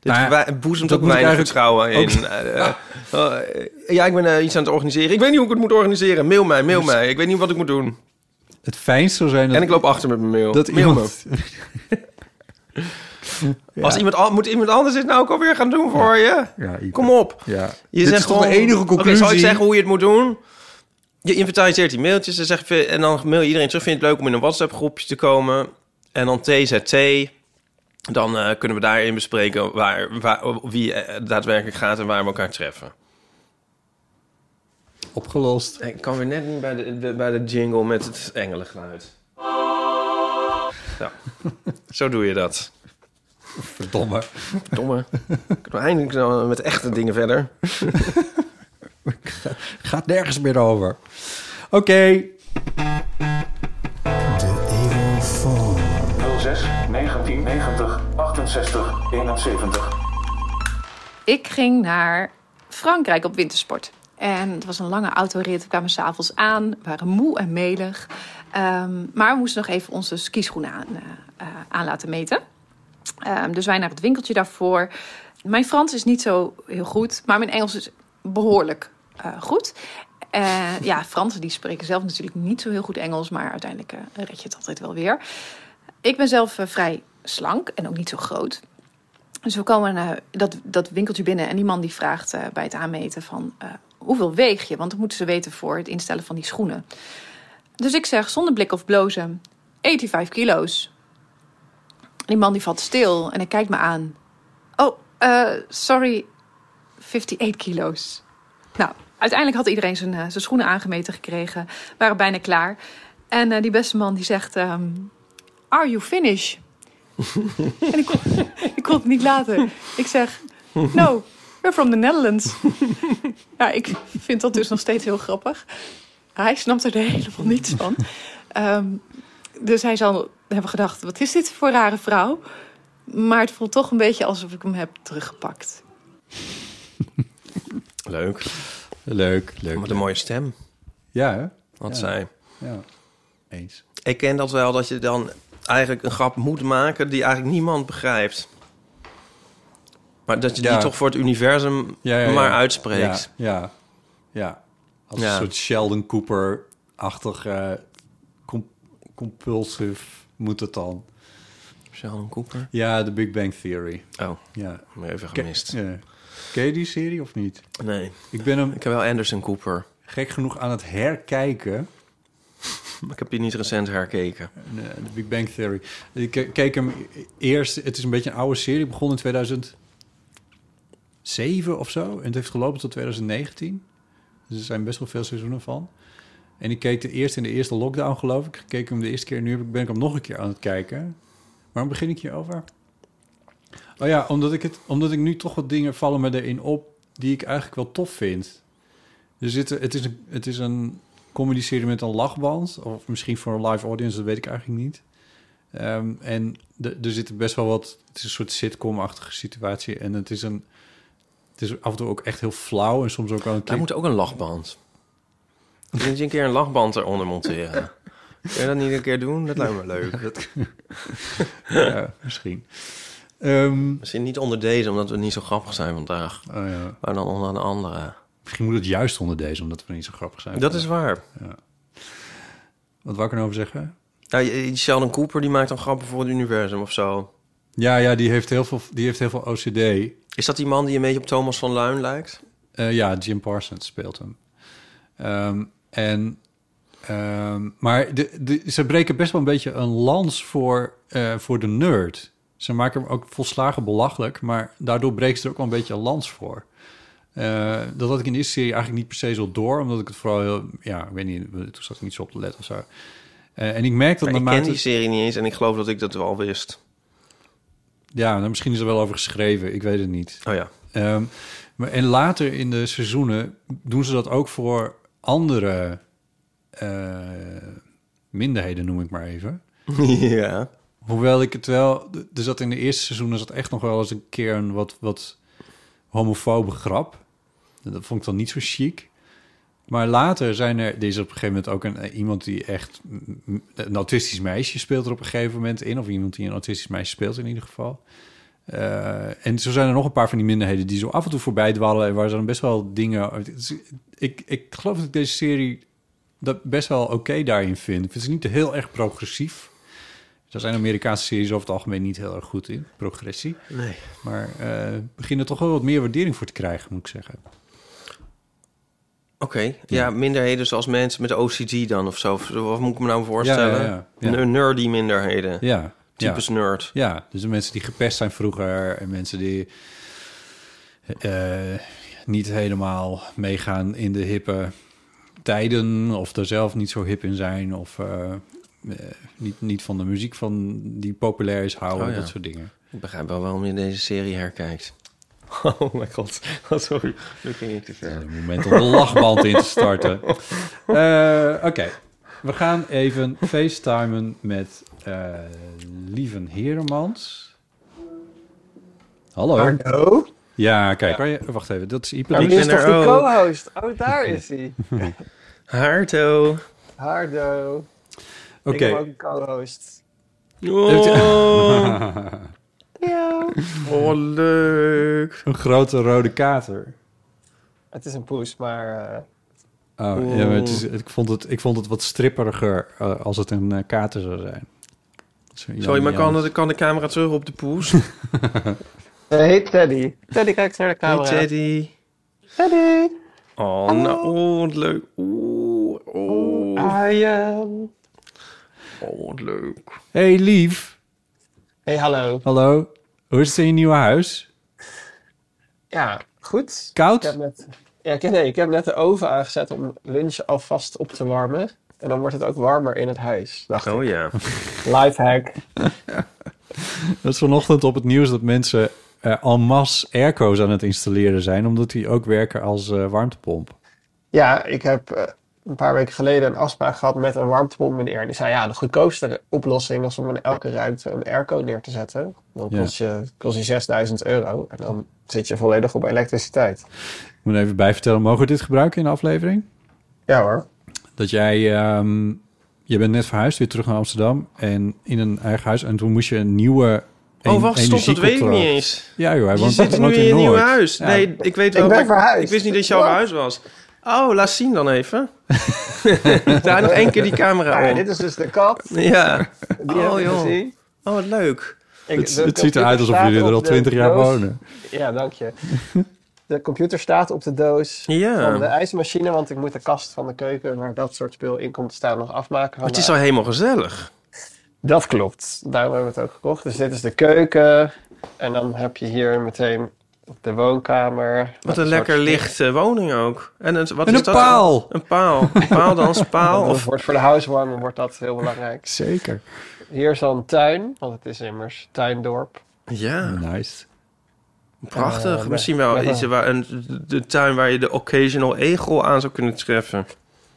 Speaker 2: Dit
Speaker 3: Nou ja,
Speaker 2: wa- boezemt
Speaker 3: dat
Speaker 2: ook
Speaker 3: moet ik
Speaker 2: weinig
Speaker 3: eigenlijk
Speaker 2: vertrouwen in. Eh, eh, eh, ja, ik ben eh, iets aan het organiseren. Ik weet niet hoe ik het moet organiseren. Mail mij, mail
Speaker 3: Dus
Speaker 2: mij. Ik weet niet wat ik moet doen.
Speaker 3: Het fijnst zou zijn dat,
Speaker 2: En ik loop achter met mijn mail.
Speaker 3: dat
Speaker 2: mail
Speaker 3: iemand...
Speaker 2: me. Als iemand, al- moet iemand anders dit nou ook alweer gaan doen voor je?
Speaker 3: Ja, Ipe.
Speaker 2: Kom op.
Speaker 3: Ja.
Speaker 2: Je
Speaker 3: Dit
Speaker 2: zegt
Speaker 3: is toch
Speaker 2: gewoon-
Speaker 3: de enige
Speaker 2: Oké,
Speaker 3: conclusie.
Speaker 2: zal ik zeggen hoe je het moet doen? je inventariseert die mailtjes en, zegt, en dan mail je iedereen terug. Vind je het leuk om in een WhatsApp-groepje te komen? En dan TZT. Dan eh, kunnen we daarin bespreken waar, waar, wie eh, daadwerkelijk gaat en waar we elkaar treffen.
Speaker 3: Opgelost.
Speaker 2: Ik kan weer net niet bij de, de- bij de jingle met het engelengeluid. Nou, zo doe je dat.
Speaker 3: Verdomme.
Speaker 2: Domme. Kunnen we eindelijk dan met echte dingen verder?
Speaker 3: Gaat nergens meer over. Oké. De Eeuwfoon.
Speaker 4: 06 1990 68 71.
Speaker 5: Ik ging naar Frankrijk op wintersport. En het was een lange autorit. We kwamen s'avonds aan, we waren moe en melig. Ehm, maar we moesten nog even onze skischoenen aan, eh, eh, aan laten meten. Ehm, dus wij naar het winkeltje daarvoor. Mijn Frans is niet zo heel goed, maar mijn Engels is behoorlijk eh, goed. Eh, ja, Fransen die spreken zelf natuurlijk niet zo heel goed Engels, maar uiteindelijk eh, red je het altijd wel weer. Ik ben zelf eh, vrij slank en ook niet zo groot. Dus we komen eh, dat, dat winkeltje binnen en die man die vraagt eh, bij het aanmeten van eh, hoeveel weeg je? Want dat moeten ze weten voor het instellen van die schoenen. Dus ik zeg zonder blik of blozen 85 kilo's. Die man die valt stil en hij kijkt me aan. Oh, eh, sorry, 58 kilo's. Nou, uiteindelijk had iedereen zijn, eh, zijn schoenen aangemeten gekregen. Waren bijna klaar. En eh, die beste man die zegt, ehm, are you finished? en ik, kon- ik kon het niet laten. Ik zeg, no, we're from the Netherlands. ja, ik vind dat dus nog steeds heel grappig. Hij snapt er helemaal niets van. Ehm, dus hij zal hebben gedacht, wat is dit voor rare vrouw? Maar het voelt toch een beetje alsof ik hem heb teruggepakt.
Speaker 2: Leuk.
Speaker 3: Leuk, leuk.
Speaker 2: Wat een mooie stem.
Speaker 3: Ja, hè?
Speaker 2: Wat
Speaker 3: Ja.
Speaker 2: zij.
Speaker 3: Ja. Eens.
Speaker 2: Ik ken dat wel, dat je dan eigenlijk een grap moet maken die eigenlijk niemand begrijpt. Maar dat je
Speaker 3: Ja.
Speaker 2: die toch voor het universum
Speaker 3: Ja, ja, ja.
Speaker 2: maar uitspreekt.
Speaker 3: Ja, ja. ja. Als
Speaker 2: Ja.
Speaker 3: een soort Sheldon Cooper-achtig eh, com- compulsive moet het dan.
Speaker 2: Sheldon Cooper.
Speaker 3: Ja, de Big Bang Theory.
Speaker 2: Oh,
Speaker 3: Ja.
Speaker 2: maar even
Speaker 3: Ke-
Speaker 2: gemist.
Speaker 3: ja. Ken je die serie of niet?
Speaker 2: Nee,
Speaker 3: Ik ben hem
Speaker 2: ik heb wel Anderson Cooper.
Speaker 3: gek genoeg aan het herkijken.
Speaker 2: Maar ik heb die niet recent herkeken.
Speaker 3: Nee, De Big Bang Theory. Ik ke- keek hem eerst. Het is een beetje een oude serie. Begon in 2007 of zo. En het heeft gelopen tot 2019. Dus er zijn best wel veel seizoenen van. En ik keek de eerste in de eerste lockdown, geloof ik. Ik keek hem de eerste keer. Nu heb ik- ben ik hem nog een keer aan het kijken. Waarom begin ik hierover? Oh ja, omdat ik, het, omdat ik nu toch wat dingen vallen me erin op... die ik eigenlijk wel tof vind. Er zitten, het, is een, het is een communiceren met een lachband. Of misschien voor een live audience, dat weet ik eigenlijk niet. Ehm, en de- er zitten best wel wat... Het is een soort sitcom-achtige situatie. En het is, een, het is af en toe ook echt heel flauw. En soms ook wel een
Speaker 2: Daar
Speaker 3: keer...
Speaker 2: moet ook een lachband. Kun je een keer een lachband eronder monteren? Kun je dat niet een keer doen? Dat lijkt me leuk.
Speaker 3: Ja, misschien. Ehm,
Speaker 2: Misschien niet onder deze, omdat we niet zo grappig zijn vandaag.
Speaker 3: oh ja.
Speaker 2: Maar dan onder een andere.
Speaker 3: Misschien moet het juist onder deze, omdat we niet zo grappig zijn.
Speaker 2: Dat is waar.
Speaker 3: Wat wou ik erover zeggen?
Speaker 2: Ja, die Nou, Sheldon Cooper die maakt dan grappen voor het universum of zo.
Speaker 3: Ja, ja, die heeft heel veel, die heeft heel veel OCD.
Speaker 2: Is dat die man die een beetje op Thomas van Luin lijkt?
Speaker 3: Eh, ja, Jim Parsons speelt hem. Ehm, en, ehm, maar de, de, ze breken best wel een beetje een lans voor, eh, voor de nerd. Ze maken hem ook volslagen belachelijk, maar daardoor breken ze er ook wel een beetje een lans voor. Eh, dat had ik in de eerste serie eigenlijk niet per se zo door, omdat ik het vooral heel, ja, ik weet niet, toen zat ik niet zo op te letten of zo. Eh, en ik merk dat
Speaker 2: Maar ik ken
Speaker 3: naarmate-
Speaker 2: die serie niet eens en ik geloof dat ik dat wel wist.
Speaker 3: Ja, nou, misschien is er wel over geschreven, ik weet het niet.
Speaker 2: Oh ja.
Speaker 3: Ehm, maar, en later in de seizoenen doen ze dat ook voor andere eh, minderheden, noem ik maar even.
Speaker 2: ja.
Speaker 3: Hoewel ik het wel... Er zat in de eerste seizoenen zat echt nog wel eens een keer een wat, wat homofobe grap. Dat vond ik dan niet zo chic. Maar later zijn er... Er is op een gegeven moment ook een, eh, iemand die echt... Een autistisch meisje speelt er op een gegeven moment in. Of iemand die een autistisch meisje speelt in ieder geval. Eh, en zo zijn er nog een paar van die minderheden die zo af en toe voorbij dwalen. En waar ze dan best wel dingen... Ik, ik geloof dat ik deze serie dat best wel oké daarin vind. Ik vind ze niet heel erg progressief. Daar zijn Amerikaanse series over het algemeen niet heel erg goed in, progressie.
Speaker 2: Nee.
Speaker 3: Maar eh beginnen toch wel wat meer waardering voor te krijgen, moet ik zeggen.
Speaker 2: ja, minderheden zoals mensen met OCD dan of zo. Of Wat moet ik me nou
Speaker 3: Ja,
Speaker 2: voorstellen?
Speaker 3: ja, ja, ja.
Speaker 2: N- Nerdy minderheden.
Speaker 3: Ja. ja.
Speaker 2: Types nerd.
Speaker 3: Ja, dus de mensen die gepest zijn vroeger en mensen die eh, niet helemaal meegaan in de hippe tijden of er zelf niet zo hip in zijn of eh, eh, niet, niet van de muziek van die populair is houden,
Speaker 2: Oh, ja.
Speaker 3: dat soort dingen.
Speaker 2: Ik begrijp wel waarom je deze serie herkijkt. Oh mijn god. Sorry, nu ging ik te ver.
Speaker 3: Een moment om de lachband in te starten. Eh, Oké, we gaan even facetimen met eh Lieven Heremans. Hallo.
Speaker 6: Hallo?
Speaker 3: Ja, kijk, kan je, wacht even, dat is Ipe.
Speaker 6: Ja, maar
Speaker 2: ben
Speaker 6: dit is toch
Speaker 2: er
Speaker 6: de
Speaker 2: ook.
Speaker 6: co-host? Oh, daar is hij.
Speaker 2: Haarto.
Speaker 6: Hardo.
Speaker 3: Oké.
Speaker 6: Ik heb ook een co-host.
Speaker 2: Oh,
Speaker 6: Ja.
Speaker 2: oh, leuk.
Speaker 3: Een grote rode kater.
Speaker 6: Het is een poes, maar eh,
Speaker 3: Oh,
Speaker 2: Oeh.
Speaker 3: ja, maar het is, ik, vond het, ik vond het wat stripperiger eh, als het een eh, kater zou zijn. Zo, Jan-
Speaker 2: Sorry, maar kan,
Speaker 3: Jan-
Speaker 2: de- kan de camera terug op de poes?
Speaker 6: hij heet Eh, Teddy. Teddy kijkt naar de camera.
Speaker 2: Hey, Teddy.
Speaker 6: Teddy.
Speaker 2: Oh, nou, oh, wat leuk. Oeh, oh,
Speaker 6: Hi, ehm.
Speaker 2: oh, wat leuk.
Speaker 3: Hey lief,
Speaker 6: Hey, hallo.
Speaker 3: hallo. Hoe is het in je nieuwe huis?
Speaker 6: Ja, goed.
Speaker 3: Koud?
Speaker 6: Ik heb net, ja, ik, heb- nee, ik heb net de oven aangezet om lunch alvast op te warmen. En dan wordt het ook warmer in het huis. Dacht ik.
Speaker 2: Oh ja.
Speaker 6: Lifehack.
Speaker 3: Dat is vanochtend op het nieuws dat mensen eh en masse airco's aan het installeren zijn... omdat die ook werken als eh, warmtepomp.
Speaker 6: Ja, ik heb eh, een paar weken geleden een afspraak gehad met een warmtepomp meneer. En die zei, ja, de goedkoopste oplossing was om in elke ruimte een airco neer te zetten. Dan
Speaker 3: Ja.
Speaker 6: kost je, kost je 6000 euro en dan zit je volledig op elektriciteit.
Speaker 3: Ik moet even bijvertellen, mogen we dit gebruiken in de aflevering?
Speaker 6: Ja hoor.
Speaker 3: Dat jij, ehm, je bent net verhuisd weer terug naar Amsterdam... en in een eigen huis en toen moest je een nieuwe... en-
Speaker 2: Oh, wacht, stop, dat weet ik
Speaker 3: energiecontract.
Speaker 2: niet eens.
Speaker 3: Ja, joh, hij
Speaker 2: Je
Speaker 3: woont,
Speaker 2: zit nu
Speaker 3: woont
Speaker 2: in je nieuw
Speaker 3: Noord.
Speaker 2: huis. Nee, ik weet wel.
Speaker 6: ben
Speaker 2: maar
Speaker 6: verhuisd.
Speaker 2: Ik wist niet dat jouw
Speaker 6: Wat?
Speaker 2: huis was. Oh, laat zien dan even. Daar nog één keer die camera
Speaker 6: Ja,
Speaker 2: om.
Speaker 6: dit is dus de kat.
Speaker 2: Ja.
Speaker 6: Die
Speaker 2: Oh,
Speaker 6: heb ik
Speaker 2: joh.
Speaker 6: gezien.
Speaker 2: Oh, wat leuk.
Speaker 6: Ik-
Speaker 3: Het,
Speaker 6: de
Speaker 3: het ziet
Speaker 6: computer
Speaker 3: eruit alsof
Speaker 6: staat
Speaker 3: jullie er
Speaker 6: op
Speaker 3: al
Speaker 6: de
Speaker 3: 20 jaar
Speaker 6: doos.
Speaker 3: wonen.
Speaker 6: Ja, dank je. De computer staat op de doos van de
Speaker 2: Ja.
Speaker 6: ijsmachine, want ik moet de kast van de keuken waar dat soort spul in komt te staan nog afmaken.
Speaker 2: Het is
Speaker 6: vandaag.
Speaker 2: al helemaal gezellig.
Speaker 6: Dat klopt. Daarom hebben we het ook gekocht. Dus dit is de keuken. En dan heb je hier meteen de woonkamer.
Speaker 2: Wat een lekker lichte woning ook. En een, wat
Speaker 3: En
Speaker 2: is
Speaker 3: een
Speaker 2: dat?
Speaker 3: paal.
Speaker 2: Een paal. Een paal dan, een paal.
Speaker 6: Of...
Speaker 2: Of...
Speaker 6: Wordt voor de housewarming wordt dat heel belangrijk.
Speaker 3: Zeker.
Speaker 6: Hier is al een tuin, want het is immers tuindorp.
Speaker 2: Ja,
Speaker 3: Nice.
Speaker 2: prachtig.
Speaker 6: Eh,
Speaker 2: Misschien wel
Speaker 6: ja.
Speaker 2: iets waar een, de tuin waar je de occasional egel aan zou kunnen treffen.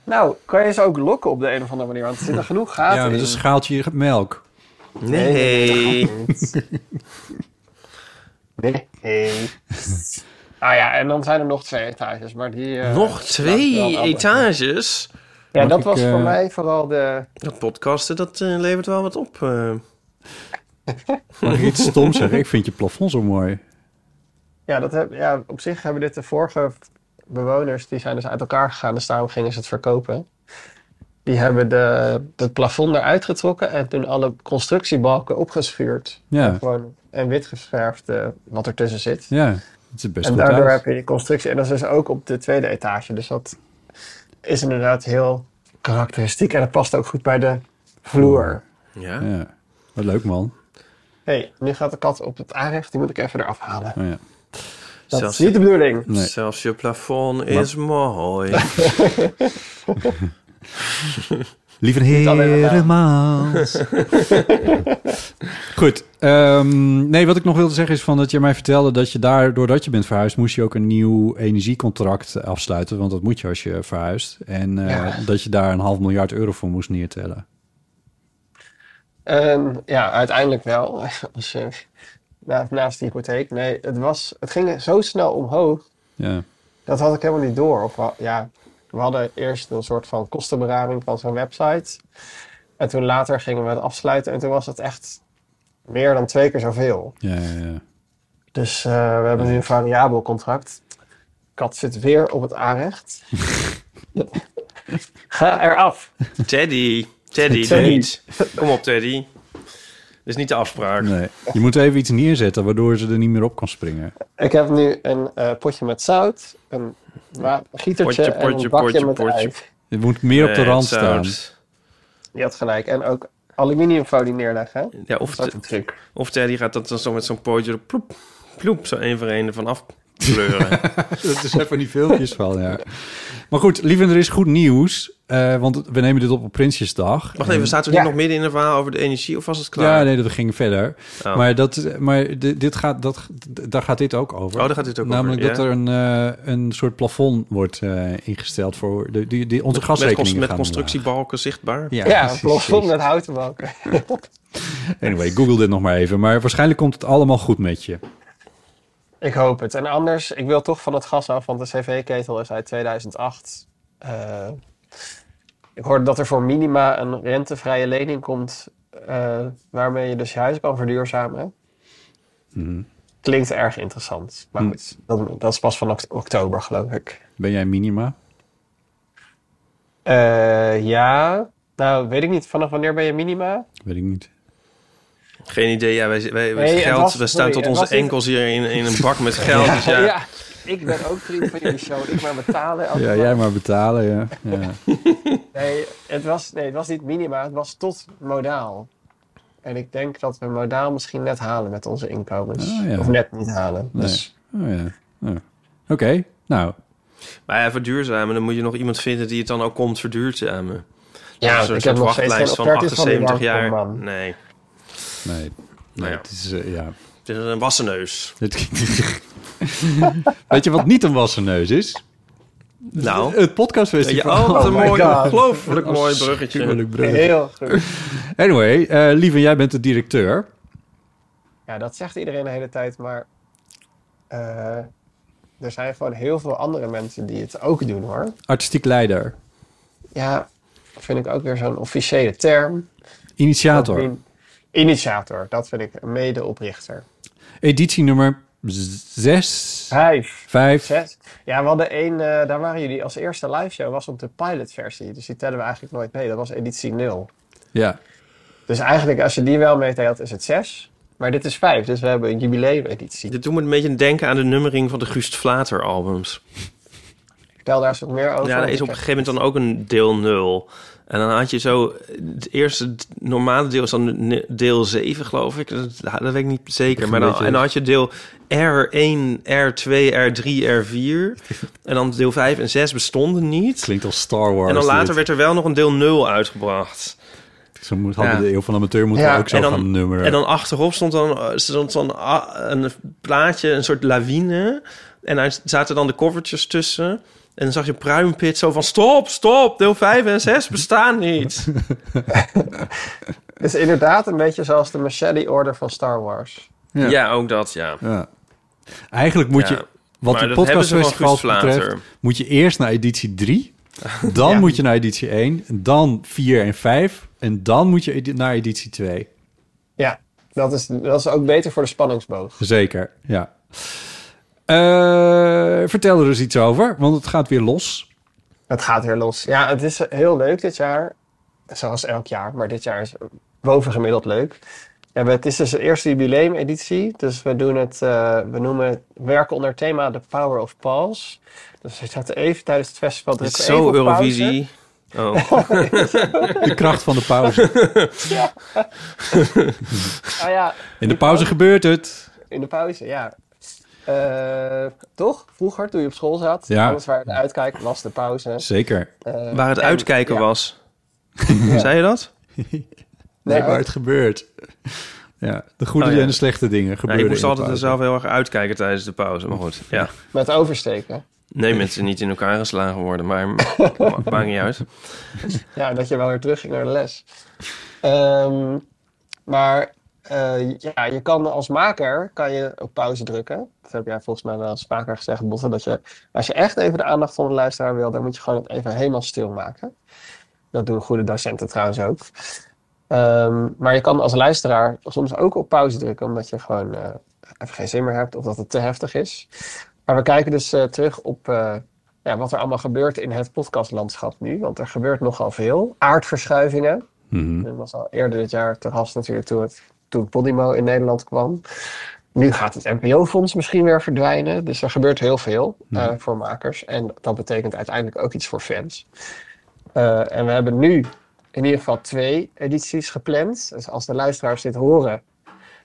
Speaker 6: Nou, kan je ze ook lokken op de een of andere manier, want er zitten genoeg gaten
Speaker 3: Ja,
Speaker 6: in.
Speaker 3: met een schaaltje melk.
Speaker 2: Nee.
Speaker 6: Nee. Ah ja, en dan zijn er nog twee etages, maar die... eh,
Speaker 2: Nog
Speaker 6: laat
Speaker 2: twee
Speaker 6: wel anders.
Speaker 2: etages.
Speaker 6: Ja,
Speaker 3: Mag
Speaker 6: dat
Speaker 3: ik,
Speaker 6: was
Speaker 3: eh,
Speaker 6: voor mij vooral de...
Speaker 2: Dat podcasten, dat eh, levert wel wat op. eh.
Speaker 3: Mag ik iets stoms zeggen? Ik vind je plafond zo mooi.
Speaker 6: Ja, dat heb, ja, op zich hebben dit de vorige bewoners, die zijn dus uit elkaar gegaan, dus daarom gingen ze het verkopen. Die hebben de, het plafond eruit getrokken en toen alle constructiebalken opgeschuurd.
Speaker 3: Ja,
Speaker 6: Gewoon en wit geverfd eh, wat ertussen zit.
Speaker 3: ja. Het is best
Speaker 6: en
Speaker 3: goed
Speaker 6: daardoor
Speaker 3: uit.
Speaker 6: heb je die constructie. En dat is dus ook op de tweede etage. Dus dat is inderdaad heel karakteristiek en dat past ook goed bij de vloer.
Speaker 2: ja.
Speaker 3: Ja. Wat leuk, man.
Speaker 6: Hé, hey, nu gaat de kat op het aanrecht. Die moet ik even eraf halen.
Speaker 3: Oh, ja.
Speaker 6: Dat
Speaker 2: Zelfs-
Speaker 6: is niet de bedoeling.
Speaker 3: Nee.
Speaker 2: Zelfs je plafond is mooi.
Speaker 3: Lieve
Speaker 6: alleen maar daar.
Speaker 3: Heremans. Goed. ehm, nee, wat ik nog wilde zeggen is van dat je mij vertelde dat je daar, doordat je bent verhuisd, moest je ook een nieuw energiecontract afsluiten. Want dat moet je als je verhuist. En eh,
Speaker 6: Ja.
Speaker 3: dat je daar een half miljard euro voor moest neertellen.
Speaker 6: Ehm, ja, uiteindelijk wel. Als je- na- naast de hypotheek. Nee, het, was, het ging zo snel omhoog.
Speaker 3: Ja.
Speaker 6: Dat had ik helemaal niet door. Of, wa- ja, we hadden eerst een soort van kostenberaming van zo'n website. En toen later gingen we het afsluiten. En toen was het echt meer dan twee keer zoveel.
Speaker 3: Ja, ja, ja.
Speaker 6: Dus eh, we hebben nu een variabel contract. Kat zit weer op het aanrecht. Ga eraf.
Speaker 2: Teddy. Teddy,
Speaker 6: Teddy.
Speaker 2: niet. Kom op, Teddy. is niet de afspraak.
Speaker 3: Nee. Je moet even iets neerzetten waardoor ze er niet meer op kan springen.
Speaker 6: Ik heb nu een eh, potje met zout, een wa- gietertje
Speaker 3: Potje,
Speaker 6: en
Speaker 3: potje,
Speaker 6: een bakje
Speaker 3: potje,
Speaker 6: met
Speaker 3: potje.
Speaker 6: ei.
Speaker 3: Je moet meer op de
Speaker 2: Nee,
Speaker 3: rand
Speaker 2: zout.
Speaker 3: staan.
Speaker 6: Je had gelijk. En ook aluminiumfolie neerleggen. hè?
Speaker 2: Ja, of,
Speaker 6: Dat is ook
Speaker 2: de- of Teddy gaat dat dan zo met zo'n pootje er ploep, ploep, zo één voor één ervan afkleuren.
Speaker 3: dat is even die filmpjes van, ja. Maar goed, lieve, er is goed nieuws. eh, want we nemen dit op op Prinsjesdag.
Speaker 2: Wacht even, zaten we nu nog midden in een verhaal over de energie of was het klaar?
Speaker 3: Mm. Ja, nee, dat ging verder.
Speaker 2: Oh.
Speaker 3: Maar, dat, maar di- dit gaat, dat, d- daar gaat dit ook over.
Speaker 2: Oh, daar gaat dit ook
Speaker 3: Namelijk
Speaker 2: over, ja.
Speaker 3: dat er een, eh, een soort plafond wordt eh, ingesteld voor de, die, die, onze
Speaker 2: Met- met,
Speaker 3: gasrekeningen
Speaker 2: cons- met
Speaker 3: gaan eh,
Speaker 2: constructiebalken zichtbaar.
Speaker 3: Ja,
Speaker 6: Ja, een
Speaker 3: precies,
Speaker 6: plafond met houten balken.
Speaker 3: omlaag. Anyway, google dit nog maar even. Maar waarschijnlijk komt het allemaal goed met je.
Speaker 6: ik hoop het. En anders, ik wil toch van het gas af, want de cv-ketel is uit 2008. Eh, ik hoorde dat er voor minima een rentevrije lening komt... eh, waarmee je dus je huis kan verduurzamen. Klinkt erg interessant. Maar
Speaker 3: Hm.
Speaker 6: goed, dat, dat is pas van oct- oktober, geloof ik.
Speaker 3: Ben jij minima?
Speaker 6: Eh, ja, nou weet ik niet. Vanaf wanneer ben je minima?
Speaker 3: Weet ik niet.
Speaker 2: Geen idee, ja, wij, wij, wij-
Speaker 6: Nee, het
Speaker 2: geld,
Speaker 6: was-
Speaker 2: we staan
Speaker 6: sorry,
Speaker 2: tot
Speaker 6: het
Speaker 2: onze
Speaker 6: was niet-
Speaker 2: enkels hier in, in een bak met geld. dus ja,
Speaker 6: ik ben ook vriend van jullie show. Ik maar betalen. elke
Speaker 3: Ja,
Speaker 6: maand.
Speaker 3: jij maar betalen, ja. ja.
Speaker 6: Nee, het was, nee, het was niet minima. Het was tot modaal. En ik denk dat we modaal misschien net halen met onze inkomens.
Speaker 3: Ah, ja.
Speaker 6: Of net niet halen.
Speaker 3: Nee.
Speaker 6: Dus
Speaker 3: Oh, ja. Oh. Oké, nou.
Speaker 2: Maar ja, verduurzamen, dan moet je nog iemand vinden die het dan ook komt verduurzamen.
Speaker 6: Ja,
Speaker 2: Dus een
Speaker 6: ik
Speaker 2: soort
Speaker 6: heb nog steeds
Speaker 2: wachtlijst
Speaker 6: geen
Speaker 2: van
Speaker 6: offertes van die
Speaker 2: 78 jaar.
Speaker 6: warmtepomp,
Speaker 2: Nee,
Speaker 3: Nee. nee
Speaker 2: Nou ja.
Speaker 3: Het is, eh, ja.
Speaker 2: het is een wassenneus.
Speaker 3: Het- Weet je wat niet een wassen neus is?
Speaker 2: Nou,
Speaker 3: Het podcastfestival.
Speaker 2: Ja, oh, wat een
Speaker 3: my
Speaker 2: mooi,
Speaker 3: God. Oh,
Speaker 2: ongelooflijk mooi bruggetje.
Speaker 3: Afschuwelijk bruggetje.
Speaker 6: heel goed.
Speaker 3: Anyway, eh lieve, jij bent de directeur.
Speaker 6: Ja, dat zegt iedereen de hele tijd. Maar eh, er zijn gewoon heel veel andere mensen die het ook doen hoor.
Speaker 3: Artistiek leider.
Speaker 6: Ja, vind ik ook weer zo'n officiële term.
Speaker 3: Initiator.
Speaker 6: Initiator, dat vind ik. Medeoprichter.
Speaker 3: Editie nummer 6,
Speaker 6: Vijf.
Speaker 3: 5.
Speaker 6: Zes. Ja, we hadden één, eh, daar waren jullie als eerste live show, was op de pilotversie. Dus die tellen we eigenlijk nooit mee. Dat was editie 0.
Speaker 3: Ja,
Speaker 6: Dus eigenlijk, als je die wel meetelt, is het 6. Maar dit is 5, dus we hebben een jubileumeditie.
Speaker 2: Dit doet me een beetje denken aan de nummering van de Guust Vlater albums.
Speaker 6: Vertel daar eens wat meer over.
Speaker 2: Ja, er
Speaker 6: want ik
Speaker 2: is op een
Speaker 6: heb-
Speaker 2: gegeven moment dan ook een deel 0. En dan had je zo... Het eerste d- normale deel is dan ne- deel 7, geloof ik. Dat, dat weet ik niet zeker. Maar dan,
Speaker 3: beetje-
Speaker 2: en dan had je deel R1, R2, R3, R4. En dan deel 5 en 6 bestonden niet.
Speaker 3: klinkt als Star Wars.
Speaker 2: En dan later
Speaker 3: dit.
Speaker 2: werd er wel nog een deel 0 uitgebracht.
Speaker 3: Zo moet, hadden
Speaker 2: Ja.
Speaker 3: de eeuw van amateur moeten we
Speaker 6: Ja,
Speaker 3: ook zo
Speaker 2: en,
Speaker 3: gaan
Speaker 2: dan,
Speaker 3: nummeren.
Speaker 2: en dan achterop stond dan, eh, stond dan ah, een plaatje, een soort lawine. En daar zaten dan de covertjes tussen. En dan zag je Pruimpit zo van... Stop, stop, deel 5 en 6 bestaan niet.
Speaker 6: Het is inderdaad een beetje zoals de Machete Order van Star Wars.
Speaker 2: ja.
Speaker 3: Ja.
Speaker 2: ook dat, ja.
Speaker 3: Ja. Eigenlijk moet je,
Speaker 2: Ja.
Speaker 3: wat de
Speaker 2: Maar dat hebben ze van
Speaker 3: podcastfestivals
Speaker 2: Guus Vlater.
Speaker 3: betreft, moet je eerst naar editie 3. Dan
Speaker 6: Ja.
Speaker 3: moet je naar editie 1. Dan 4 en 5. En dan moet je edi- naar editie 2.
Speaker 6: Ja, dat is, dat is ook beter voor de spanningsboog.
Speaker 3: Zeker, ja. Eh, vertel er eens iets over, want het gaat weer los.
Speaker 6: Het gaat weer los. Ja, het is heel leuk dit jaar. Zoals elk jaar, maar dit jaar is bovengemiddeld leuk. Ja, we- het is dus de eerste jubileumeditie. Dus we, doen het, eh, we noemen het werken onder het thema The Power of Pals. Dus we zetten even tijdens het festival
Speaker 2: Het
Speaker 6: drukken
Speaker 2: is
Speaker 6: we even
Speaker 2: zo
Speaker 6: op
Speaker 2: Eurovisie. Oh.
Speaker 3: De kracht van de pauze.
Speaker 6: pauze. Ah ja,
Speaker 3: In de pauze gebeurt het.
Speaker 6: in de pauze, ja. Eh, toch? Vroeger, toen je op school zat,
Speaker 3: Ja.
Speaker 6: alles waar je naar uitkijkt was de pauze.
Speaker 3: Zeker.
Speaker 6: Eh,
Speaker 2: Waar het
Speaker 6: en-
Speaker 2: uitkijken
Speaker 6: ja.
Speaker 2: was. Zei je dat?
Speaker 3: Nee, waar
Speaker 6: uit-
Speaker 3: het gebeurt. Ja, de goede
Speaker 2: Oh, ja.
Speaker 3: en de slechte dingen
Speaker 2: Ja,
Speaker 3: gebeuren.
Speaker 2: Nou, ik moest
Speaker 3: in de
Speaker 2: altijd er
Speaker 3: pauze.
Speaker 2: zelf heel erg uitkijken tijdens de pauze. Maar goed, ja.
Speaker 6: Met oversteken.
Speaker 2: Nee, mensen niet in elkaar geslagen worden. Maar ma- maakt niet uit.
Speaker 6: Ja, dat je wel weer terug ging naar de les. Ehm, maar eh, ja, je kan als maker kan je op pauze drukken. Dat heb jij volgens mij wel eens vaker gezegd, Botte. Dat je, als je echt even de aandacht van de luisteraar wil, dan moet je gewoon het even helemaal stil maken. Dat doen goede docenten trouwens ook. Ehm, maar je kan als luisteraar soms ook op pauze drukken, omdat je gewoon eh, even geen zin meer hebt of dat het te heftig is. Maar we kijken dus eh, terug op eh, ja, wat er allemaal gebeurt in het podcastlandschap nu. Want er gebeurt nogal veel. Aardverschuivingen.
Speaker 3: Mhm.
Speaker 6: Dat was al eerder dit jaar te gast natuurlijk toen het, toen Podimo in Nederland kwam. Nu gaat het NPO-fonds misschien weer verdwijnen. Dus er gebeurt heel veel eh, voor makers. En dat betekent uiteindelijk ook iets voor fans. Eh, en we hebben nu in ieder geval twee edities gepland. Dus als de luisteraars dit horen,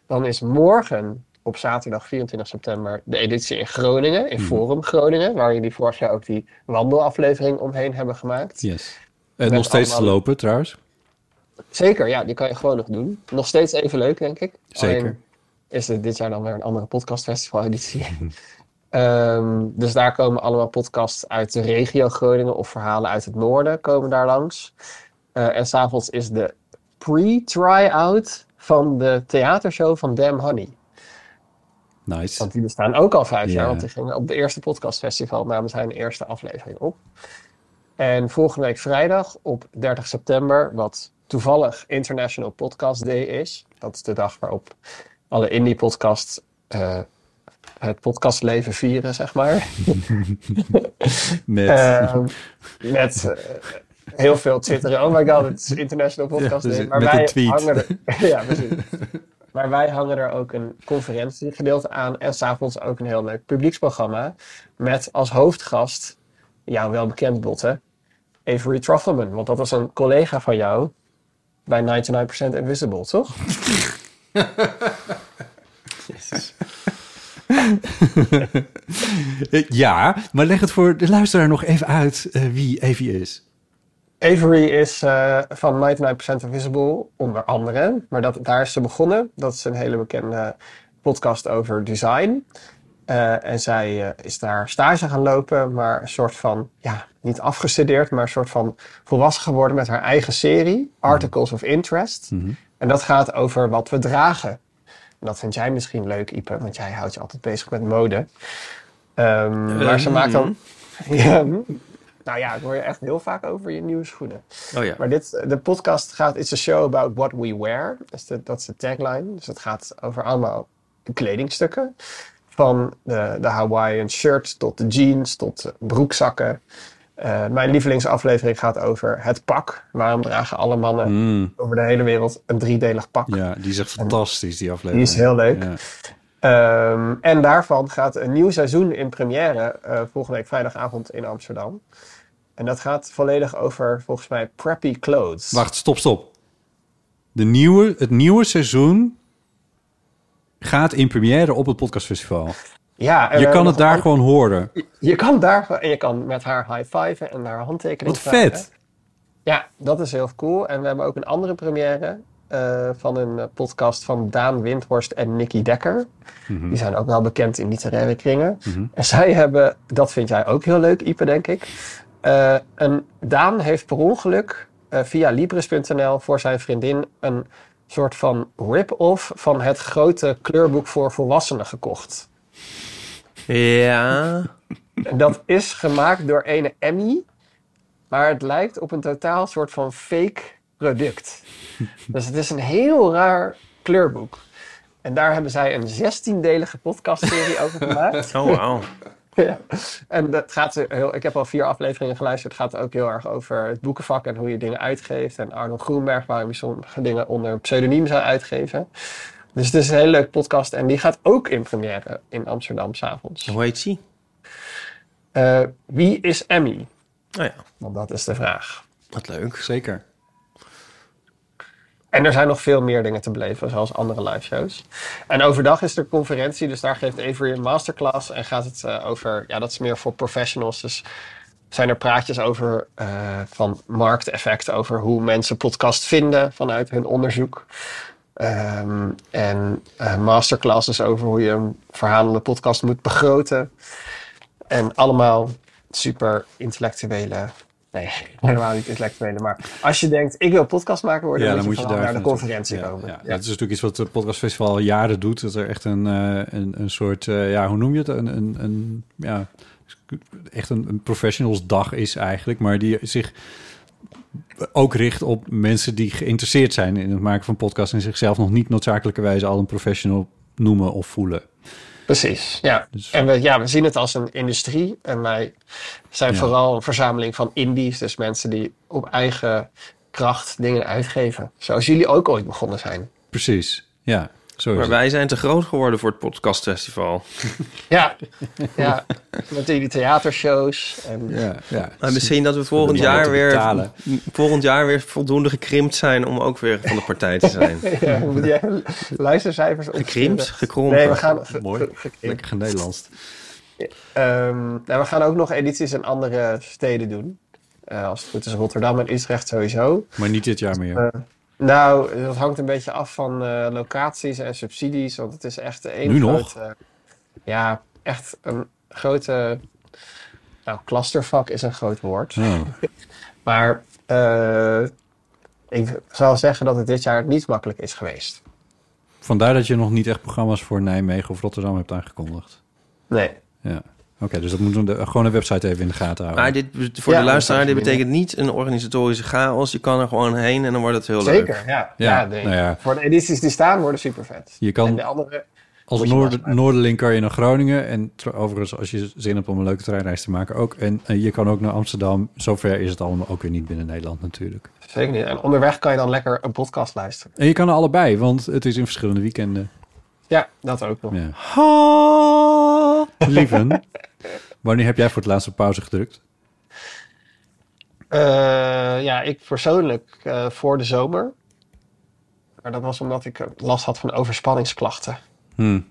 Speaker 6: dan is morgen op zaterdag 24 september de editie in Groningen, in Forum Groningen, waar jullie vorig jaar ook die wandelaflevering omheen hebben gemaakt.
Speaker 3: Yes.
Speaker 6: Met
Speaker 3: En nog steeds te
Speaker 6: allemaal-
Speaker 3: lopen trouwens.
Speaker 6: Zeker, ja, die kan je gewoon nog doen. Nog steeds even leuk, denk ik.
Speaker 3: Zeker.
Speaker 6: Alleen is het dit jaar dan weer een andere podcastfestival-editie. Ehm, dus daar komen allemaal podcasts uit de regio Groningen of verhalen uit het noorden komen daar langs. Eh, en s'avonds is de pre-try-out van de theatershow van Damn Honey.
Speaker 3: Nice.
Speaker 6: Want die bestaan ook al vijf
Speaker 3: Ja.
Speaker 6: jaar, want die gingen op de eerste podcastfestival namen zijn eerste aflevering op. En volgende week vrijdag op 30 september, wat toevallig International Podcast Day is. Dat is de dag waarop alle indie podcasts eh, het podcastleven vieren, zeg maar.
Speaker 3: Met
Speaker 6: Ehm, met eh, heel veel twitteren. Oh my god, het is International Podcast
Speaker 3: Ja, dus
Speaker 6: Day. Maar
Speaker 3: met
Speaker 6: wij
Speaker 3: een tweet.
Speaker 6: hangen er, ja, precies. Maar wij hangen er ook een conferentiegedeelte aan. En s'avonds ook een heel leuk publieksprogramma. Met als hoofdgast, jou wel bekend Botte, Avery Truffleman. Want dat was een collega van jou bij 99% Invisible, toch?
Speaker 3: Eh, ja, maar leg het voor de luisteraar nog even uit eh, wie Evie is.
Speaker 6: Avery is eh, van 99% Invisible, onder andere. Maar dat, daar is ze begonnen. Dat is een hele bekende podcast over design. Eh, en zij eh, is daar stage gaan lopen, maar een soort van, ja, niet afgestudeerd, maar een soort van volwassen geworden met haar eigen serie, Articles of Interest. En dat gaat over wat we dragen. En dat vind jij misschien leuk, Ipe, want jij houdt je altijd bezig met mode. Ehm, maar ze maakt dan. Ja, mm. nou ja, ik hoor je echt heel vaak over je nieuwe schoenen.
Speaker 2: Oh ja.
Speaker 6: Maar dit, de podcast gaat, it's a show about what we wear. Dat is de, dat is de tagline. Dus het gaat over allemaal kledingstukken. Van de, de Hawaiian shirt tot de jeans tot de broekzakken. Eh, mijn lievelingsaflevering gaat over het pak. Waarom dragen alle mannen over de hele wereld een driedelig pak?
Speaker 3: Ja, die is echt fantastisch, die
Speaker 6: Die
Speaker 3: aflevering.
Speaker 6: is heel leuk.
Speaker 3: Ja.
Speaker 6: Ehm, en daarvan gaat een nieuw seizoen in première eh, volgende week vrijdagavond in Amsterdam. En dat gaat volledig over, volgens mij, preppy clothes.
Speaker 3: Wacht, stop, stop. De nieuwe, het nieuwe seizoen gaat in première op het podcastfestival.
Speaker 6: Ja, en we
Speaker 3: Je kan
Speaker 6: hebben
Speaker 3: het
Speaker 6: nog
Speaker 3: daar
Speaker 6: een-
Speaker 3: gewoon horen.
Speaker 6: Je kan daar en je kan met haar high five en haar handtekening.
Speaker 3: Wat
Speaker 6: vragen.
Speaker 3: vet.
Speaker 6: Ja, dat is heel cool. En we hebben ook een andere première eh, van een eh, podcast van Daan Windhorst en Nicky Dekker. Die zijn ook wel bekend in literaire kringen. En zij hebben, dat vind jij ook heel leuk, Ipe, denk ik. Eh, een, Daan heeft per ongeluk eh, via Libris.nl voor zijn vriendin een soort van rip-off van het grote kleurboek voor volwassenen gekocht.
Speaker 2: Ja.
Speaker 6: En Dat is gemaakt door ene Emmy. Maar het lijkt op een totaal soort van fake product. Dus het is een heel raar kleurboek. En daar hebben zij een 16-delige podcastserie over gemaakt.
Speaker 2: Oh, wauw.
Speaker 6: Ja. En dat gaat heel, ik heb al vier afleveringen geluisterd. Het gaat ook heel erg over het boekenvak en hoe je dingen uitgeeft. En Arno Groenberg, waarom je sommige dingen onder een pseudoniem zou uitgeven. Dus het is een hele leuke podcast. En die gaat ook in première in Amsterdam s'avonds.
Speaker 2: Hoe heet die?
Speaker 6: Eh, wie is Emmy?
Speaker 2: Oh ja.
Speaker 6: Want dat is de vraag.
Speaker 2: Wat leuk.
Speaker 3: Zeker.
Speaker 6: En er zijn nog veel meer dingen te beleven, zoals andere live shows. En overdag is er conferentie, dus daar geeft Avery een masterclass. En gaat het eh, over, ja, dat is meer voor professionals. Dus zijn er praatjes over eh, van markteffect, over hoe mensen podcast vinden vanuit hun onderzoek. Ehm, en eh, masterclasses over hoe je een verhalende podcast moet begroten. En allemaal super intellectuele. Nee, helemaal niet intellectuele. Maar als je denkt, ik wil podcast maken worden,
Speaker 3: Ja,
Speaker 6: dan,
Speaker 3: dan moet je daar
Speaker 6: vooral naar de
Speaker 3: even
Speaker 6: conferentie
Speaker 3: Ja,
Speaker 6: komen.
Speaker 3: ja.
Speaker 6: Ja.
Speaker 3: Dat is natuurlijk iets wat het podcastfestival al jaren doet. Dat er echt een, eh, een, een soort, eh, ja, hoe noem je het? Een, een, een, ja, echt een, een professionalsdag is eigenlijk. Maar die zich ook richt op mensen die geïnteresseerd zijn in het maken van podcasts... en zichzelf nog niet noodzakelijkerwijs al een professional noemen of voelen.
Speaker 6: Precies, ja.
Speaker 3: Dus-
Speaker 6: En we, ja, we zien het als een industrie. En wij zijn
Speaker 3: Ja.
Speaker 6: vooral een verzameling van indies. Dus mensen die op eigen kracht dingen uitgeven. Zoals jullie ook ooit begonnen zijn.
Speaker 3: Precies. Ja, zo is
Speaker 2: Maar
Speaker 3: het.
Speaker 2: wij zijn te groot geworden voor het podcastfestival.
Speaker 6: Ja, ja. met die theatershows. En...
Speaker 3: Ja, ja.
Speaker 2: Maar misschien dat we volgend
Speaker 3: Om dat te
Speaker 2: jaar, weer,
Speaker 3: betalen.
Speaker 2: volgend jaar weer voldoende gekrimpt zijn om ook weer van de partij te zijn.
Speaker 6: Ja, moet jij luistercijfers op.
Speaker 2: Gekrimpt? Gekrompen?
Speaker 6: Nee, we gaan. ge-
Speaker 3: Mooi.
Speaker 6: ge- gekrimpt.
Speaker 3: Lekker genederlandst.
Speaker 6: Ehm, nou, we gaan ook nog edities in andere steden doen. Eh, als het goed is, Rotterdam en Utrecht sowieso.
Speaker 3: Maar niet dit jaar meer.
Speaker 6: Eh, nou, dat hangt een beetje af van eh, locaties en subsidies. Want het is echt de ene
Speaker 3: Nu nog?
Speaker 6: grote, Ja, echt een grote... Nou, clustervak is een groot woord.
Speaker 3: Oh.
Speaker 6: Maar eh, ik zal zeggen dat het dit jaar niet makkelijk is geweest.
Speaker 3: Vandaar dat je nog niet echt programma's voor Nijmegen of Rotterdam hebt aangekondigd.
Speaker 6: Nee.
Speaker 3: Ja. Oké, dus dat moeten we de- gewoon de website even in de gaten houden.
Speaker 2: Maar dit, voor
Speaker 6: Ja,
Speaker 2: de luisteraar, dit
Speaker 6: dat is-
Speaker 2: betekent niet een organisatorische chaos. Je kan er gewoon heen en dan wordt het heel leuk.
Speaker 6: Zeker, ja.
Speaker 3: Ja,
Speaker 6: ja. nee.
Speaker 3: nou ja.
Speaker 6: Voor de edities die staan worden super vet.
Speaker 3: Je kan-
Speaker 6: En de andere...
Speaker 3: Als
Speaker 6: Moet je
Speaker 3: Noord-
Speaker 6: maar maken.
Speaker 3: Noorderling kan je naar Groningen. En tr- overigens, als je zin hebt om een leuke treinreis te maken, ook. En eh, je kan ook naar Amsterdam. Zover is het allemaal ook weer niet binnen Nederland natuurlijk.
Speaker 6: Zeker niet. En onderweg kan je dan lekker een podcast luisteren.
Speaker 3: En je kan naar allebei, want het is in verschillende weekenden.
Speaker 6: Ja, dat ook nog.
Speaker 3: Ja. Lieven, wanneer heb jij voor het laatste pauze gedrukt?
Speaker 6: Eh, ja, ik persoonlijk eh, voor de zomer. Maar dat was omdat ik eh, last had van overspanningsklachten.
Speaker 3: Hmm.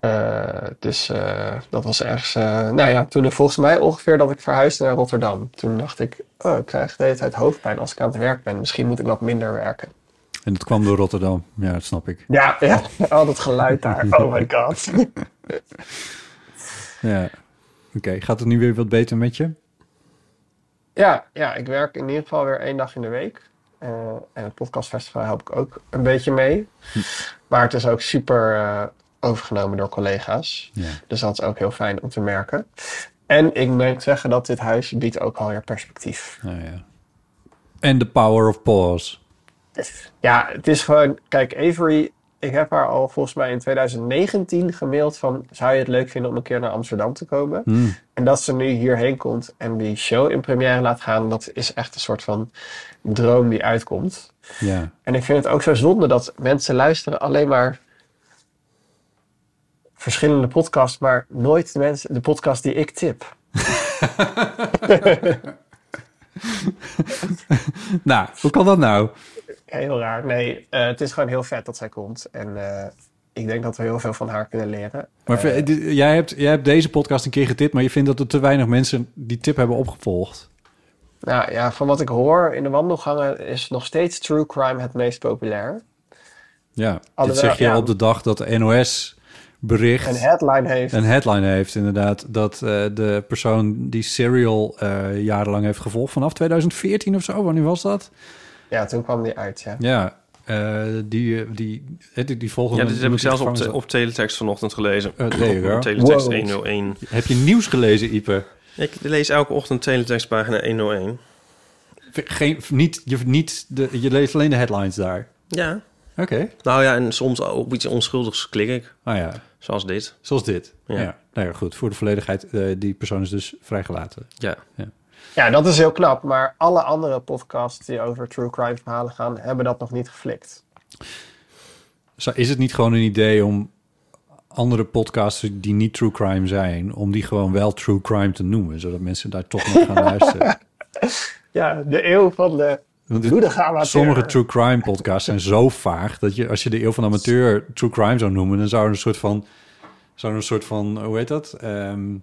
Speaker 6: Eh, dus eh, dat was ergens. eh, nou ja, toen volgens mij ongeveer dat ik verhuisde naar Rotterdam. Toen dacht ik, oh, ik krijg de hele tijd hoofdpijn als ik aan het werk ben. Misschien moet ik wat minder werken.
Speaker 3: En dat kwam door Rotterdam. Ja, dat snap ik.
Speaker 6: Ja, ja. al dat geluid daar. Oh my god.
Speaker 3: Ja. Oké, gaat het nu weer wat beter met je?
Speaker 6: Ja, ja, ik werk in ieder geval weer één dag in de week. Eh, en het podcastfestival help ik ook een beetje mee. Maar het is ook super eh, overgenomen door collega's.
Speaker 3: Ja.
Speaker 6: Dus dat is ook heel fijn om te merken. En ik moet zeggen dat dit huis biedt ook alweer perspectief.
Speaker 3: Nou ja. En de power of pause.
Speaker 6: Ja, het is gewoon... Kijk, Avery, ik heb haar al volgens mij in 2019 gemaild van... Zou je het leuk vinden om een keer naar Amsterdam te komen?
Speaker 3: Hmm.
Speaker 6: En dat ze nu hierheen komt en die show in première laat gaan... Dat is echt een soort van droom die uitkomt.
Speaker 3: Ja.
Speaker 6: En ik vind het ook zo zonde dat mensen luisteren alleen maar verschillende podcasts, maar nooit de, mensen, de podcast die ik tip.
Speaker 3: Nou, hoe kan dat nou?
Speaker 6: Heel raar. Nee, eh, het is gewoon heel vet dat zij komt. En eh, ik denk dat we heel veel van haar kunnen leren.
Speaker 3: Maar
Speaker 6: Eh,
Speaker 3: vind- dit- jij, hebt, jij hebt deze podcast een keer getipt, maar je vindt dat er te weinig mensen die tip hebben opgevolgd.
Speaker 6: nou ja, van wat ik hoor in de wandelgangen is nog steeds true crime het meest populair.
Speaker 3: Ja, dit
Speaker 6: Alhoewel,
Speaker 3: zeg je
Speaker 6: ja.
Speaker 3: op de dag dat de NOS bericht
Speaker 6: Een headline heeft.
Speaker 3: een headline heeft inderdaad dat eh, de persoon die Serial eh, jarenlang heeft gevolgd vanaf 2014 of zo, wanneer was dat?
Speaker 6: Ja, toen kwam die uit, ja.
Speaker 3: Ja, eh, die, eh, die, eh, die, die volgende...
Speaker 2: Ja, dit heb ik zelfs op,
Speaker 3: gevangen
Speaker 2: te-
Speaker 3: zat.
Speaker 2: op teletext vanochtend gelezen.
Speaker 3: Eh, there you go.
Speaker 2: Op teletext
Speaker 6: Wow.
Speaker 2: 101.
Speaker 3: Heb je nieuws gelezen, Ipe?
Speaker 2: Ik lees elke ochtend teletextpagina 101.
Speaker 3: Geen, niet, je, niet de, je leest alleen de headlines daar.
Speaker 2: Ja.
Speaker 3: Oké.
Speaker 2: Nou ja, en soms op iets onschuldigs klik ik.
Speaker 3: Ah ja,
Speaker 2: Zoals dit.
Speaker 3: Zoals dit. Ja.
Speaker 2: Ja.
Speaker 3: Nou ja, goed. Voor de volledigheid, eh, die persoon is dus vrijgelaten.
Speaker 2: Ja.
Speaker 6: Ja, dat is heel knap. Maar alle andere podcasts die over true crime verhalen gaan, hebben dat nog niet geflikt.
Speaker 3: Zou- Is het niet gewoon een idee om andere podcasts die niet true crime zijn, om die gewoon wel true crime te noemen, zodat mensen daar toch nog gaan luisteren?
Speaker 6: Ja, de eeuw van de
Speaker 3: Want dit-
Speaker 6: bloedige amateur.
Speaker 3: sommige true crime podcasts zijn zo vaag dat je, als je de eeuw van de amateur true crime zou noemen, dan zou er een soort van, zou er een soort van, hoe heet dat? Ehm,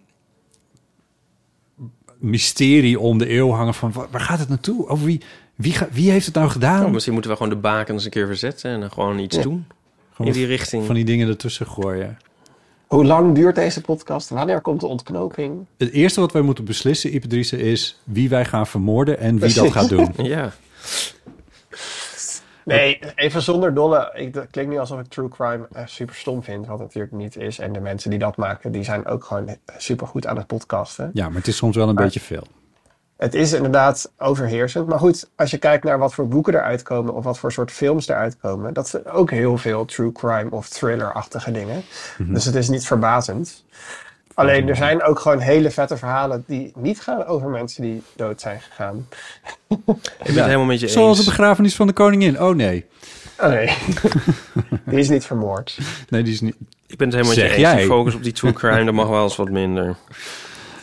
Speaker 3: mysterie om de eeuw hangen van wa- waar gaat het naartoe? Over wie, wie, ga- wie heeft het nou gedaan?
Speaker 2: Nou, misschien moeten we gewoon de bakens een keer verzetten en dan gewoon iets doen.
Speaker 3: Gewoon
Speaker 2: in die richting.
Speaker 3: van die dingen ertussen gooien.
Speaker 6: Hoe lang duurt deze podcast? Wanneer komt de ontknoping?
Speaker 3: Het eerste wat wij moeten beslissen, Ipadrice, is wie wij gaan vermoorden en wie dat gaat doen.
Speaker 2: Ja.
Speaker 6: Nee, even zonder dolle. Ik, dat klinkt niet alsof ik true crime super stom vind, wat het natuurlijk niet is. En de mensen die dat maken, die zijn ook gewoon super goed aan het podcasten.
Speaker 3: Ja, maar het is soms wel een beetje veel.
Speaker 6: Het is inderdaad overheersend. Maar goed, als je kijkt naar wat voor boeken eruit komen of wat voor soort films eruit komen, dat zijn ook heel veel true crime of thriller-achtige dingen. Dus het is niet verbazend. Alleen er zijn ook gewoon hele vette verhalen die niet gaan over mensen die dood zijn gegaan.
Speaker 2: Ik ben het helemaal met je
Speaker 3: Zoals de
Speaker 2: eens.
Speaker 3: begrafenis van de koningin. Oh nee.
Speaker 6: Oh nee, die is niet vermoord.
Speaker 3: Nee, die is niet...
Speaker 2: Ik ben het helemaal met
Speaker 3: Zeg
Speaker 2: je eens. Die
Speaker 3: jij.
Speaker 2: Focus op die true crime, dat mag wel eens wat minder.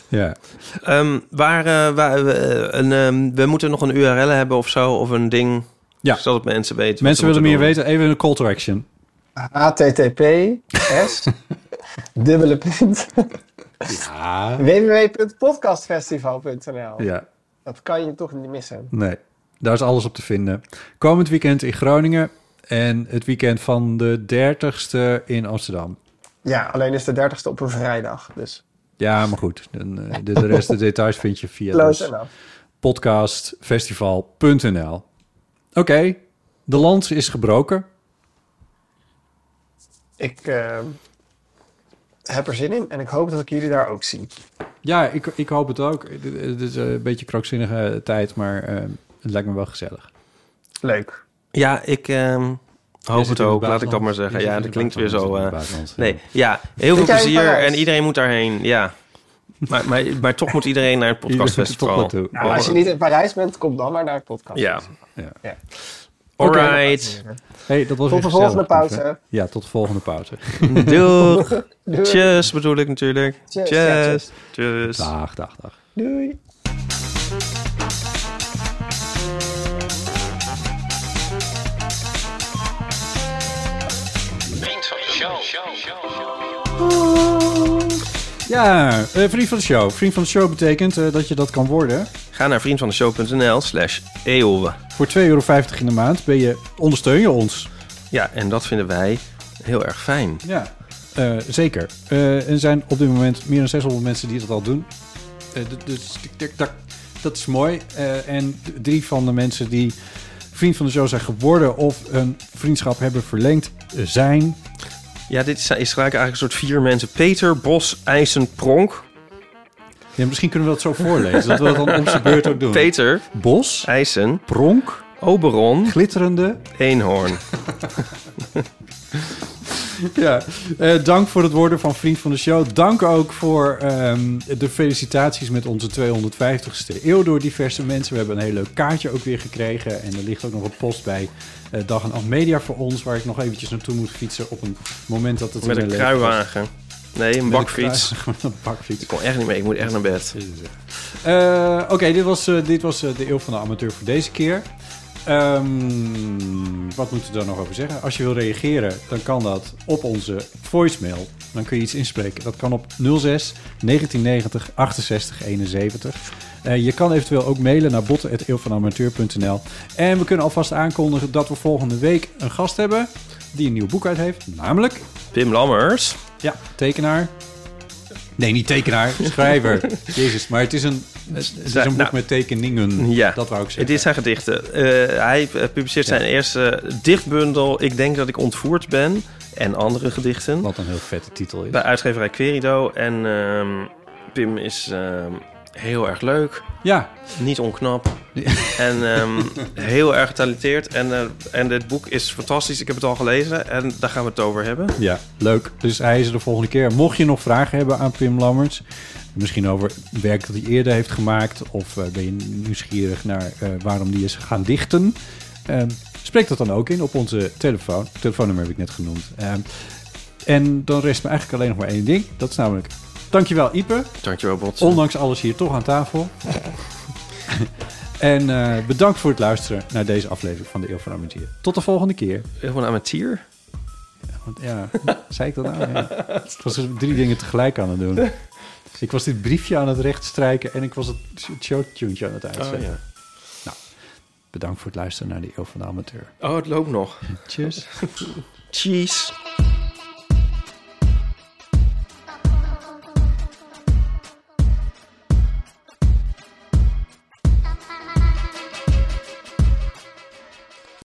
Speaker 3: Ja.
Speaker 2: Ehm, waar, eh, waar, eh, een, ehm, we moeten nog een URL hebben of zo, of een ding.
Speaker 3: Ja.
Speaker 2: Zodat mensen weten. wat
Speaker 3: Mensen
Speaker 2: ze
Speaker 3: willen meer
Speaker 2: moeten
Speaker 3: weten. Even een call to action.
Speaker 6: HTTP S dubbele punt
Speaker 3: Ja.
Speaker 6: www.podcastfestival.nl
Speaker 3: Ja,
Speaker 6: Dat kan je toch niet missen.
Speaker 3: nee. Daar is alles op te vinden. Komend weekend in Groningen. En het weekend van de 30ste in Amsterdam.
Speaker 6: Ja, alleen is de 30ste op een vrijdag. Dus
Speaker 3: Ja, maar goed. Dan, eh, de, de rest, de details vind je via
Speaker 6: close
Speaker 3: dus
Speaker 6: enough.
Speaker 3: podcastfestival.nl. Oké, de lans is gebroken.
Speaker 6: Ik eh, heb er zin in en ik hoop dat ik jullie daar ook zie.
Speaker 3: Ja, ik, ik hoop het ook. Het- Het is eh, een beetje krankzinnige tijd, maar eh, het lijkt me wel gezellig.
Speaker 6: Leuk.
Speaker 2: doen. Ja, ik ehm,
Speaker 3: Jij
Speaker 2: hoop
Speaker 3: zit
Speaker 2: het
Speaker 3: in het
Speaker 2: ook. Laat ik dat
Speaker 3: buitenland. Jij
Speaker 2: maar zeggen.
Speaker 3: zit in
Speaker 2: Ja, dat
Speaker 3: het
Speaker 2: klinkt weer zo. eh,
Speaker 3: buitenland, in het
Speaker 2: nee, ja, heel veel
Speaker 6: Zit jij in
Speaker 2: plezier
Speaker 6: Parijs?
Speaker 2: en iedereen moet daarheen. Ja. Maar, maar, maar toch moet iedereen naar het
Speaker 3: Iedereen
Speaker 2: podcastfestival.
Speaker 3: moet er toch
Speaker 6: Nou, als je niet in Parijs bent, kom dan maar naar het podcast.
Speaker 2: Ja.
Speaker 3: Ja.
Speaker 6: Ja.
Speaker 2: Alright.
Speaker 3: Hey, dat was
Speaker 6: Tot
Speaker 3: weer
Speaker 6: de volgende
Speaker 3: gezellig,
Speaker 6: pauze.
Speaker 3: Yves, hè? Ja, tot de volgende pauze.
Speaker 2: Doeg.
Speaker 6: Doei.
Speaker 2: Tjus bedoel ik natuurlijk.
Speaker 6: Tjus, ja,
Speaker 2: Tjus.
Speaker 6: tjus.
Speaker 2: Tjus.
Speaker 3: Dag, dag, dag.
Speaker 6: Doei.
Speaker 3: Ja, eh, vriend van de show. Vriend van de show betekent eh, dat je dat kan worden.
Speaker 2: Ga naar vriendvandeshow.nl slash eeuwen.
Speaker 3: Voor 2,50 euro in de maand ben je, ondersteun je ons.
Speaker 2: Ja, en dat vinden wij heel erg fijn.
Speaker 3: Ja, eh, zeker. Eh, er zijn op dit moment meer dan 600 mensen die dat al doen. Eh, d- dus tik, tik, tak. dat is mooi. Eh, en d- drie van de mensen die vriend van de show zijn geworden of een vriendschap hebben verlengd eh, zijn.
Speaker 2: Ja, dit is, is gelijk eigenlijk een soort vier mensen. Peter, Bos, IJsen, Pronk.
Speaker 3: Ja, misschien kunnen we dat zo voorlezen. dat we dat dan op zijn beurt ook doen.
Speaker 2: Peter,
Speaker 3: Bos,
Speaker 2: IJsen,
Speaker 3: Pronk,
Speaker 2: Oberon,
Speaker 3: Glitterende.
Speaker 2: Eenhoorn.
Speaker 3: Ja, eh, dank voor het worden van vriend van de show. Dank ook voor ehm, de felicitaties met onze 250ste eeuw door diverse mensen. We hebben een heel leuk kaartje ook weer gekregen. En er ligt ook nog een post bij eh, Dag en Nacht Media voor ons... waar ik nog eventjes naartoe moet fietsen op een moment dat het...
Speaker 2: Met
Speaker 3: in
Speaker 2: een
Speaker 3: mijn leven was.
Speaker 2: kruiwagen. Nee,
Speaker 3: Met
Speaker 2: een
Speaker 3: een
Speaker 2: bakfiets.
Speaker 3: kruiwagen, met een bakfiets.
Speaker 2: Ik kon echt niet mee, ik moet echt naar bed.
Speaker 3: Eh, Oké, dit was, eh, dit was eh, de eeuw van de amateur voor deze keer. Ehm, wat moeten we daar nog over zeggen? Als je wil reageren, dan kan dat op onze voicemail. Dan kun je iets inspreken. Dat kan op 06 1990 68 71. Eh, je kan eventueel ook mailen naar botten.eeuwvanamateur.nl. En we kunnen alvast aankondigen dat we volgende week een gast hebben... die een nieuw boek uit heeft, namelijk...
Speaker 2: Pim Lammers.
Speaker 3: Ja, tekenaar. Nee, niet tekenaar, schrijver. Jezus, maar het is een, het is een boek
Speaker 2: Nou,
Speaker 3: met tekeningen.
Speaker 2: Ja.
Speaker 3: Dat wou ik
Speaker 2: Het
Speaker 3: zeggen.
Speaker 2: is zijn gedichten. Eh, hij eh, publiceert zijn eerste dichtbundel Ik denk dat ik ontvoerd ben. En andere gedichten.
Speaker 3: Wat een heel vette titel is.
Speaker 2: Bij uitgeverij Querido. En ehm, Pim is ehm, heel erg leuk.
Speaker 3: Ja,
Speaker 2: Niet onknap. En ehm, heel erg getalenteerd. En, eh, en dit boek is fantastisch. Ik heb het al gelezen. En daar gaan we het over hebben.
Speaker 3: ja, leuk. Dus hij is er de volgende keer. Mocht je nog vragen hebben aan Pim Lammers... misschien over werk dat hij eerder heeft gemaakt... of eh, ben je nieuwsgierig naar eh, waarom die is gaan dichten... eh, spreek dat dan ook in op onze telefoon. Telefoonnummer heb ik net genoemd. Eh, en dan rest me eigenlijk alleen nog maar één ding. Dat is namelijk... Dankjewel, Ipe.
Speaker 2: Dankjewel, Bot.
Speaker 3: Ondanks alles hier toch aan tafel. en eh, bedankt voor het luisteren naar deze aflevering van de Eeuw van Amateur. Tot de volgende keer.
Speaker 2: Heel van amateur.
Speaker 3: Want ja, zei ik dat nou? Ja. Ik was er drie dingen tegelijk aan het doen. Ik was dit briefje aan het rechtstrijken en ik was het showtuntje aan het
Speaker 2: Oh,
Speaker 3: uitzetten. Bedankt voor het luisteren naar de Eeuw van de Amateur.
Speaker 2: Oh, het loopt nog.
Speaker 3: Cheers.
Speaker 2: Cheese.